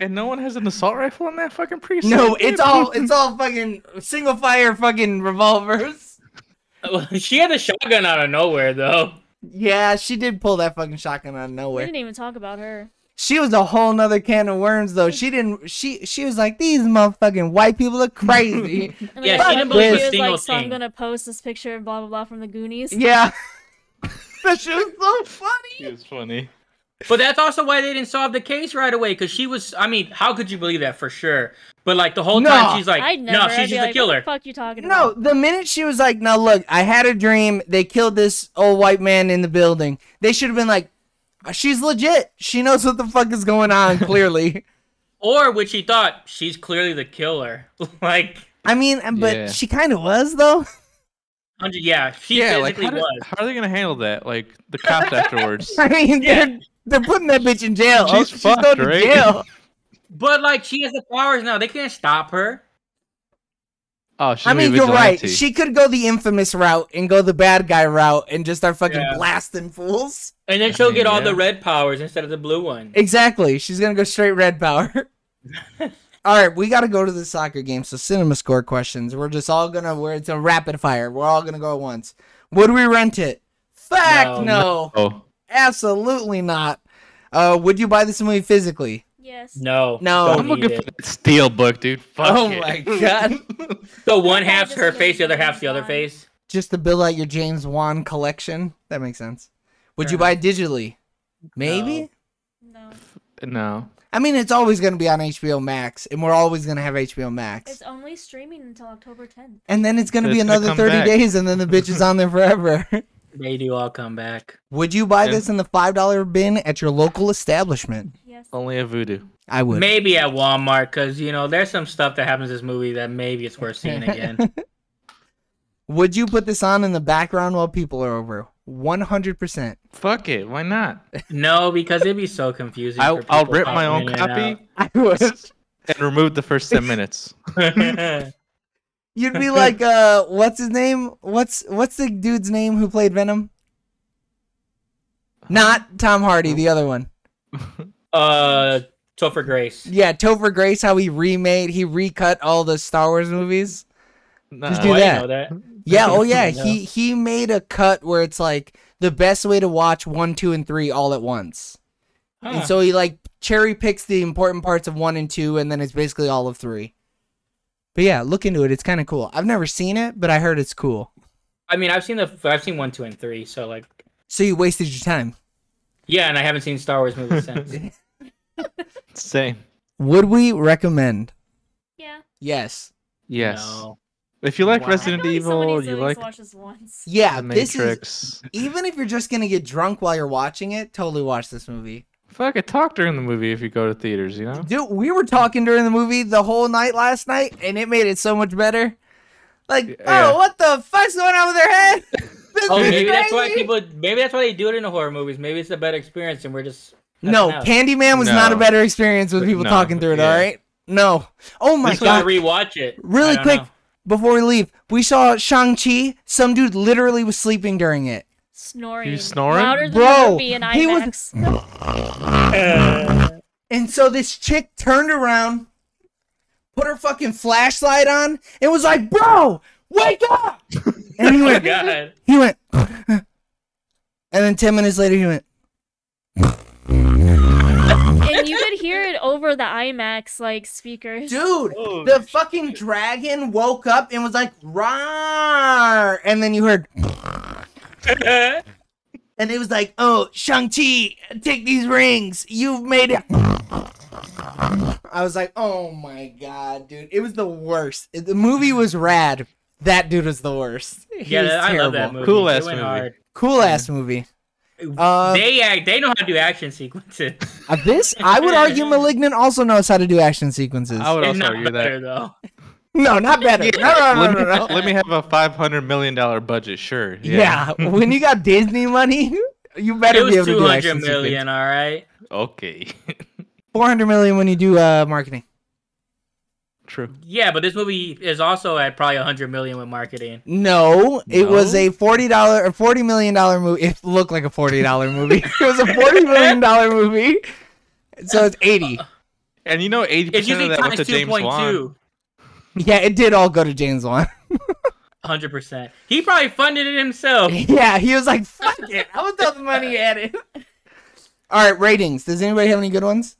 [SPEAKER 5] And no one has an assault rifle in that fucking precinct.
[SPEAKER 1] No,
[SPEAKER 5] dude.
[SPEAKER 1] it's all it's all fucking single fire fucking revolvers.
[SPEAKER 4] Well, she had a shotgun out of nowhere, though.
[SPEAKER 1] Yeah, she did pull that fucking shotgun out of
[SPEAKER 2] We
[SPEAKER 1] nowhere.
[SPEAKER 2] didn't even talk about her.
[SPEAKER 1] She was a whole nother can of worms though. She didn't she she was like, These motherfucking white people are crazy.
[SPEAKER 2] And
[SPEAKER 4] Yeah,
[SPEAKER 2] then
[SPEAKER 1] she didn't believe
[SPEAKER 2] she
[SPEAKER 1] a
[SPEAKER 2] was
[SPEAKER 4] single
[SPEAKER 2] like, So I'm
[SPEAKER 4] thing.
[SPEAKER 2] gonna post this picture of blah blah blah from the Goonies.
[SPEAKER 1] yeah. that shit was so funny.
[SPEAKER 5] It was funny.
[SPEAKER 4] But that's also why they didn't solve the case right away, because she was. I mean, how could you believe that for sure? But like the whole
[SPEAKER 1] No.
[SPEAKER 4] time, she's like,
[SPEAKER 2] I'd never.
[SPEAKER 4] no,
[SPEAKER 2] I'd
[SPEAKER 4] she's
[SPEAKER 2] be
[SPEAKER 4] just
[SPEAKER 2] like,
[SPEAKER 4] a
[SPEAKER 2] What
[SPEAKER 4] killer.
[SPEAKER 2] the fuck you talking
[SPEAKER 1] No,
[SPEAKER 2] about?
[SPEAKER 1] the minute she was like, Now look, I had a dream, they killed this old white man in the building, they should have been like "Uh, She's legit. She knows what the fuck is going on, clearly.
[SPEAKER 4] Or which she thought she's clearly the killer. like,
[SPEAKER 1] I mean, uh, but
[SPEAKER 5] Yeah.
[SPEAKER 1] she kind of was though.
[SPEAKER 4] hundred- yeah, she
[SPEAKER 5] Yeah, like
[SPEAKER 4] physically
[SPEAKER 5] how, did-
[SPEAKER 4] was.
[SPEAKER 5] how are they gonna handle that? Like the cops afterwards.
[SPEAKER 1] I mean,
[SPEAKER 4] Yeah.
[SPEAKER 1] they're they're putting that bitch in jail.
[SPEAKER 5] She's
[SPEAKER 1] oh,
[SPEAKER 5] fucked,
[SPEAKER 1] she's going
[SPEAKER 5] right?
[SPEAKER 1] to jail.
[SPEAKER 4] But like, she has the powers now. They can't stop her.
[SPEAKER 5] Oh, she's
[SPEAKER 1] I
[SPEAKER 5] gonna be
[SPEAKER 1] mean, you're right.
[SPEAKER 5] vigilante.
[SPEAKER 1] She could go the infamous route and go the bad guy route and just start fucking
[SPEAKER 4] Yeah.
[SPEAKER 1] blasting fools.
[SPEAKER 4] And then she'll
[SPEAKER 5] mean,
[SPEAKER 4] get all
[SPEAKER 5] yeah.
[SPEAKER 4] the red powers instead of the blue one.
[SPEAKER 1] Exactly. She's gonna go straight red power. all right, we got to go to the soccer game. So cinema score questions. We're just all gonna. We're it's a rapid fire. We're all gonna go at once. Would we rent it? Fuck
[SPEAKER 4] No.
[SPEAKER 1] no.
[SPEAKER 5] Oh,
[SPEAKER 1] Absolutely not. Uh, would you buy this movie physically?
[SPEAKER 2] Yes.
[SPEAKER 4] No.
[SPEAKER 1] No.
[SPEAKER 4] don't
[SPEAKER 5] I'm looking
[SPEAKER 4] need
[SPEAKER 5] for
[SPEAKER 4] it.
[SPEAKER 5] that steel book, dude. Fuck
[SPEAKER 1] oh
[SPEAKER 5] it.
[SPEAKER 1] my god.
[SPEAKER 4] So one
[SPEAKER 2] Yeah,
[SPEAKER 4] half's
[SPEAKER 2] just
[SPEAKER 4] her
[SPEAKER 2] leave
[SPEAKER 4] face, the other
[SPEAKER 2] it
[SPEAKER 4] half's the other
[SPEAKER 2] on.
[SPEAKER 4] face.
[SPEAKER 1] just to build out your James Wan collection. That makes sense. Would you
[SPEAKER 4] Sure.
[SPEAKER 1] buy it digitally? Maybe.
[SPEAKER 4] No.
[SPEAKER 2] No.
[SPEAKER 5] No.
[SPEAKER 1] I mean, it's always going to be on HBO Max, and we're always going to have HBO Max.
[SPEAKER 2] It's only streaming until October 10th.
[SPEAKER 1] And then it's going to
[SPEAKER 5] It's
[SPEAKER 1] be
[SPEAKER 5] gonna
[SPEAKER 1] another
[SPEAKER 5] come
[SPEAKER 1] 30
[SPEAKER 5] back.
[SPEAKER 1] days, and then the bitch is on there forever.
[SPEAKER 4] They do all come back.
[SPEAKER 1] would you buy
[SPEAKER 5] Yeah.
[SPEAKER 1] this in the $5 bin at your local establishment?
[SPEAKER 2] Yes.
[SPEAKER 5] Only a voodoo.
[SPEAKER 1] I would.
[SPEAKER 4] Maybe at Walmart, because you know there's some stuff that happens in this movie that maybe it's worth seeing again.
[SPEAKER 1] Would you put this on in the background while people are over? 100%.
[SPEAKER 5] Fuck it. Why not?
[SPEAKER 4] no, because it'd be so confusing.
[SPEAKER 5] I,
[SPEAKER 4] for people
[SPEAKER 5] I'll rip my
[SPEAKER 4] popping
[SPEAKER 5] own
[SPEAKER 4] in and
[SPEAKER 5] copy
[SPEAKER 1] I would.
[SPEAKER 5] and remove the first ten minutes.
[SPEAKER 4] out.
[SPEAKER 1] You'd be like, uh, what's his name? What's what's the dude's name who played Venom?
[SPEAKER 5] Uh-huh.
[SPEAKER 1] Not Tom Hardy, the other one.
[SPEAKER 4] uh, Topher Grace.
[SPEAKER 1] Yeah, Topher Grace, how he remade, he recut all the Star Wars movies.
[SPEAKER 5] Nah.
[SPEAKER 1] Just do
[SPEAKER 4] Oh, I
[SPEAKER 1] that.
[SPEAKER 4] know that.
[SPEAKER 1] Yeah, oh yeah,
[SPEAKER 4] No.
[SPEAKER 1] he he made a cut where it's like the best way to watch one, two, and three all at once, and
[SPEAKER 4] Huh.
[SPEAKER 1] so he like cherry picks the important parts of one and two, and then it's basically all of three. But yeah, look into it; it's kind of cool. I've never seen it, but I heard it's cool.
[SPEAKER 4] I mean, I've seen the I've seen one, two, and three. So like,
[SPEAKER 1] So you wasted your time.
[SPEAKER 4] yeah, and I haven't seen Star Wars movies since.
[SPEAKER 5] Same.
[SPEAKER 1] Would we recommend?
[SPEAKER 2] Yeah.
[SPEAKER 1] Yes.
[SPEAKER 5] Yes.
[SPEAKER 4] No.
[SPEAKER 5] If you like
[SPEAKER 4] Wow.
[SPEAKER 2] I feel
[SPEAKER 5] Resident
[SPEAKER 2] like someone
[SPEAKER 5] Evil,
[SPEAKER 2] needs to
[SPEAKER 5] you
[SPEAKER 2] at
[SPEAKER 5] like
[SPEAKER 2] least watch this once.
[SPEAKER 1] Yeah,
[SPEAKER 5] The
[SPEAKER 1] this is
[SPEAKER 5] Matrix.
[SPEAKER 1] even if you're just gonna get drunk while you're watching it. Totally watch this movie.
[SPEAKER 5] Fuck it. Talk during the movie if you go to theaters. You know.
[SPEAKER 1] Dude, we were talking during the movie the whole night last night, and it made it so much better. Like,
[SPEAKER 5] Yeah.
[SPEAKER 1] oh, what the fuck's going on with their head? This
[SPEAKER 4] Oh,
[SPEAKER 1] is
[SPEAKER 4] maybe that's why
[SPEAKER 1] crazy.
[SPEAKER 4] people. Maybe that's why they do it in the horror movies. Maybe it's a better experience, and we're just
[SPEAKER 1] No,
[SPEAKER 4] out.
[SPEAKER 1] Candyman was not a
[SPEAKER 5] No.
[SPEAKER 1] better experience with people
[SPEAKER 5] No,
[SPEAKER 1] talking through it.
[SPEAKER 5] yeah.
[SPEAKER 1] All right, no. Oh my
[SPEAKER 4] just
[SPEAKER 1] god!
[SPEAKER 4] want to rewatch it I
[SPEAKER 1] really
[SPEAKER 4] don't
[SPEAKER 1] quick
[SPEAKER 4] know.
[SPEAKER 1] before we leave, we saw Shang Chi. Some dude literally was sleeping during it.
[SPEAKER 2] Snoring.
[SPEAKER 5] You snoring?
[SPEAKER 2] Louder than
[SPEAKER 1] Bro,
[SPEAKER 2] the movie in
[SPEAKER 1] he was-
[SPEAKER 2] IMAX.
[SPEAKER 1] And so this chick turned around, put her fucking flashlight on, and was like, "Bro, wake up!" and he
[SPEAKER 4] Oh my
[SPEAKER 1] went,
[SPEAKER 4] god.
[SPEAKER 1] He went, and then ten minutes later he went.
[SPEAKER 2] and you could hear it over the IMAX like speakers.
[SPEAKER 1] Dude,
[SPEAKER 4] Oh,
[SPEAKER 1] the fucking dragon woke up and was like, "Rar!" And then you heard, and it was like, "Oh, Shang Chi, take these rings. You've made it." I was like, "Oh my god, dude! It was the worst. It- The movie was rad. That dude was the worst. He
[SPEAKER 4] yeah,
[SPEAKER 1] was
[SPEAKER 4] I love that
[SPEAKER 1] terrible.
[SPEAKER 4] movie.
[SPEAKER 5] Cool
[SPEAKER 4] They
[SPEAKER 5] ass
[SPEAKER 4] went
[SPEAKER 5] movie.
[SPEAKER 4] hard.
[SPEAKER 1] Cool ass movie. Uh,
[SPEAKER 4] they act. They know how to do action sequences.
[SPEAKER 1] Uh, this, I would argue, Malignant also knows how to do action sequences.
[SPEAKER 5] I would
[SPEAKER 4] It's
[SPEAKER 5] also
[SPEAKER 4] not
[SPEAKER 5] argue
[SPEAKER 4] better
[SPEAKER 5] that.
[SPEAKER 4] though.
[SPEAKER 1] No, not better. No, no,
[SPEAKER 5] Let
[SPEAKER 1] no,
[SPEAKER 5] me,
[SPEAKER 1] no, no.
[SPEAKER 5] let me have a five hundred million dollar budget, sure.
[SPEAKER 1] Yeah. when you got Disney money, you better
[SPEAKER 4] It was
[SPEAKER 1] be able to
[SPEAKER 4] two
[SPEAKER 1] do
[SPEAKER 4] hundred
[SPEAKER 1] action
[SPEAKER 4] million. All right.
[SPEAKER 5] Okay.
[SPEAKER 1] Four hundred million when you do uh, marketing.
[SPEAKER 5] True.
[SPEAKER 4] Yeah, but this movie is also at probably hundred million with marketing.
[SPEAKER 1] No, it was
[SPEAKER 5] No?
[SPEAKER 1] a forty dollar or forty million dollar movie. It looked like a forty dollar movie. it was a forty million dollar movie. So it's eighty.
[SPEAKER 5] And you know eighty percent
[SPEAKER 4] It's
[SPEAKER 5] of
[SPEAKER 4] usually
[SPEAKER 5] that went
[SPEAKER 4] times
[SPEAKER 5] to
[SPEAKER 4] two
[SPEAKER 5] James
[SPEAKER 4] point
[SPEAKER 5] Wan.
[SPEAKER 4] two.
[SPEAKER 1] Yeah, it did all go to James Wan.
[SPEAKER 4] Hundred percent. He probably funded it himself.
[SPEAKER 1] yeah, he was like, "Fuck it, I would throw the money at it." All right, ratings. Does anybody have any good ones?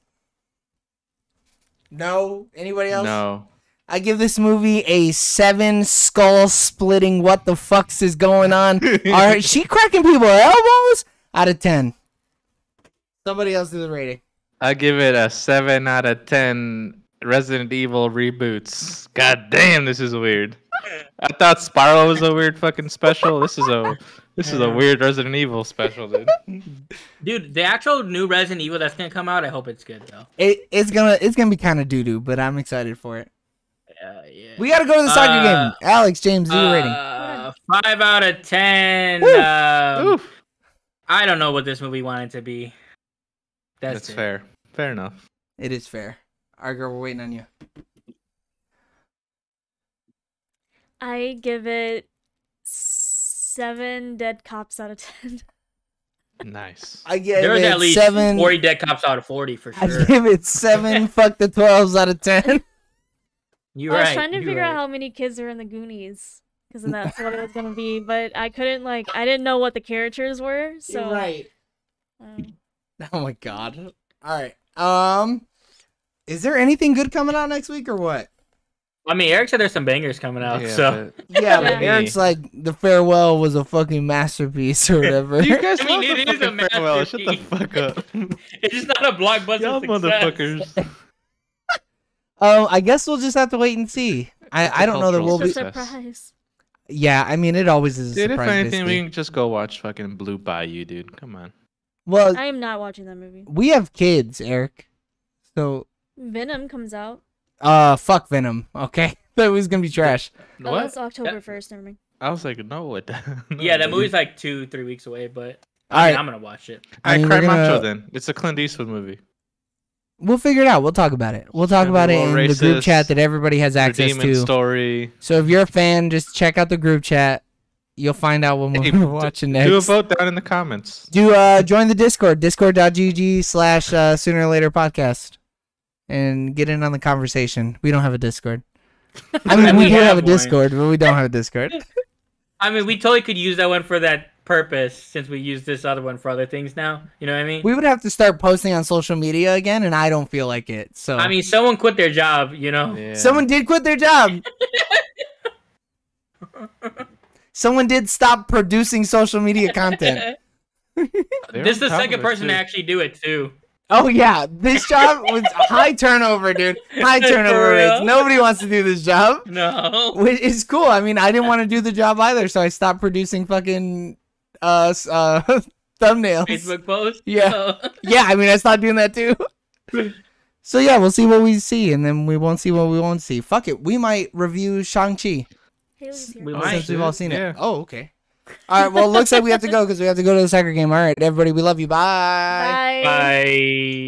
[SPEAKER 1] No. Anybody else?
[SPEAKER 5] No.
[SPEAKER 1] I give this movie a seven skull splitting. What the fucks is going on? Are she cracking people elbows? Out of ten. Somebody else do the rating.
[SPEAKER 5] I give it a seven out of ten Resident Evil reboots. God damn, this is weird. I thought Spiral was a weird fucking special. This is a this is a weird Resident Evil special, dude.
[SPEAKER 4] Dude, the actual new Resident Evil that's gonna come out, I hope it's good though.
[SPEAKER 1] It, it's gonna it's gonna be kind of doo doo, but I'm excited for it.
[SPEAKER 4] Uh, yeah.
[SPEAKER 1] We gotta go to the soccer
[SPEAKER 4] Uh,
[SPEAKER 1] game. Alex, James, do the rating.
[SPEAKER 4] Uh, five out of ten.
[SPEAKER 1] Woo.
[SPEAKER 4] um,
[SPEAKER 5] Oof.
[SPEAKER 4] I don't know what this movie wanted to be. That's,
[SPEAKER 5] That's
[SPEAKER 4] it.
[SPEAKER 5] fair. Fair enough.
[SPEAKER 1] It is fair. Our girl, we're waiting on you.
[SPEAKER 2] I give it seven dead cops out of ten.
[SPEAKER 5] Nice.
[SPEAKER 1] I give
[SPEAKER 4] There was
[SPEAKER 1] it
[SPEAKER 4] at least
[SPEAKER 1] seven.
[SPEAKER 4] forty dead cops out of forty for
[SPEAKER 1] I
[SPEAKER 4] sure.
[SPEAKER 1] give it seven. fuck the twelves out of ten.
[SPEAKER 4] You
[SPEAKER 2] I
[SPEAKER 4] right.
[SPEAKER 2] was trying to
[SPEAKER 4] you
[SPEAKER 2] figure
[SPEAKER 4] right.
[SPEAKER 2] out how many kids are in the Goonies because that's what it was gonna be, but I couldn't like I didn't know what the characters were, so um,
[SPEAKER 1] Oh my god. All right. Um, is there anything good coming out next week or what?
[SPEAKER 4] I mean, Eric said there's some bangers coming out,
[SPEAKER 5] Yeah,
[SPEAKER 4] so
[SPEAKER 5] but-
[SPEAKER 1] Yeah,
[SPEAKER 2] Yeah.
[SPEAKER 1] but Eric's like the farewell was a fucking masterpiece or whatever.
[SPEAKER 5] You guys
[SPEAKER 4] I mean,
[SPEAKER 5] love
[SPEAKER 4] it
[SPEAKER 5] the
[SPEAKER 4] is a
[SPEAKER 5] fucking farewell. Shut the
[SPEAKER 4] masterpiece.
[SPEAKER 5] fuck up.
[SPEAKER 4] it's just not a blockbuster
[SPEAKER 5] Y'all
[SPEAKER 4] success.
[SPEAKER 5] motherfuckers.
[SPEAKER 1] um, I guess we'll just have to wait and see. I, I don't know that
[SPEAKER 5] cultural
[SPEAKER 1] we'll
[SPEAKER 2] it's a
[SPEAKER 1] be.
[SPEAKER 5] success.
[SPEAKER 2] surprise.
[SPEAKER 1] Yeah, I mean it always is a
[SPEAKER 5] Dude, if
[SPEAKER 1] surprise.
[SPEAKER 5] anything, we
[SPEAKER 1] basically.
[SPEAKER 5] can just go watch fucking Blue Bayou, dude. Come on.
[SPEAKER 1] Well,
[SPEAKER 2] I am not watching that movie.
[SPEAKER 1] we have kids, Eric. So,
[SPEAKER 2] Venom comes out.
[SPEAKER 1] uh, fuck Venom. Okay, that was gonna be trash.
[SPEAKER 2] Oh, it's October first. Never mind.
[SPEAKER 5] I was like, no, it. no,
[SPEAKER 4] Yeah, that
[SPEAKER 5] dude.
[SPEAKER 4] movie's like two, three weeks away, but
[SPEAKER 1] All
[SPEAKER 4] I mean,
[SPEAKER 1] right,
[SPEAKER 4] I'm gonna watch it.
[SPEAKER 1] I
[SPEAKER 5] I
[SPEAKER 1] mean,
[SPEAKER 5] cry
[SPEAKER 1] we're
[SPEAKER 5] macho
[SPEAKER 1] gonna-
[SPEAKER 5] then. It's a Clint Eastwood movie.
[SPEAKER 1] we'll figure it out. We'll talk about it. We'll talk
[SPEAKER 5] Gonna
[SPEAKER 1] about
[SPEAKER 5] be
[SPEAKER 1] it in
[SPEAKER 5] more
[SPEAKER 1] the group
[SPEAKER 5] racist,
[SPEAKER 1] chat that everybody has access
[SPEAKER 5] Demon
[SPEAKER 1] to.
[SPEAKER 5] story.
[SPEAKER 1] So if you're a fan, just check out the group chat. You'll find out what movie
[SPEAKER 5] Hey,
[SPEAKER 1] we're
[SPEAKER 5] do-
[SPEAKER 1] watching
[SPEAKER 5] Do a
[SPEAKER 1] next.
[SPEAKER 5] vote down in the comments.
[SPEAKER 1] Do uh join the Discord, discord.gg slash uh, sooner or later podcast. And get in on the conversation. We don't have a Discord. I mean we do have a
[SPEAKER 4] one.
[SPEAKER 1] Discord, but we don't have a Discord.
[SPEAKER 4] I mean, we totally could use that one for that purpose since we use this other one for other things now. You know what I mean?
[SPEAKER 1] We would have to start posting on social media again and I don't feel like it. So
[SPEAKER 4] I mean, someone quit their job, you know?
[SPEAKER 5] Yeah.
[SPEAKER 1] someone did quit their job. Someone did stop producing social media content.
[SPEAKER 5] They were
[SPEAKER 4] This is the
[SPEAKER 5] on top
[SPEAKER 4] second
[SPEAKER 5] of it,
[SPEAKER 4] person to
[SPEAKER 5] too.
[SPEAKER 4] actually do it, too.
[SPEAKER 1] Oh yeah, this job was high turnover, dude. High
[SPEAKER 4] For
[SPEAKER 1] turnover rates.
[SPEAKER 4] real?
[SPEAKER 1] Nobody wants to do this job,
[SPEAKER 4] No.
[SPEAKER 1] which is cool. I mean, I didn't want to do the job either, so I stopped producing fucking uh s- uh thumbnails.
[SPEAKER 4] Facebook post?
[SPEAKER 1] Yeah.
[SPEAKER 4] Oh.
[SPEAKER 1] Yeah, I mean, I stopped doing that too. so yeah, we'll see what we see, and then we won't see what we won't see. Fuck it, we might review Shang Chi
[SPEAKER 2] Haley's here.
[SPEAKER 4] We
[SPEAKER 1] since
[SPEAKER 4] might.
[SPEAKER 1] we've all seen
[SPEAKER 5] Yeah.
[SPEAKER 1] it. Oh okay. All right. Well, looks like we have to go because we have to go to the soccer game. All right, everybody, we love you. Bye.
[SPEAKER 2] Bye.
[SPEAKER 4] Bye.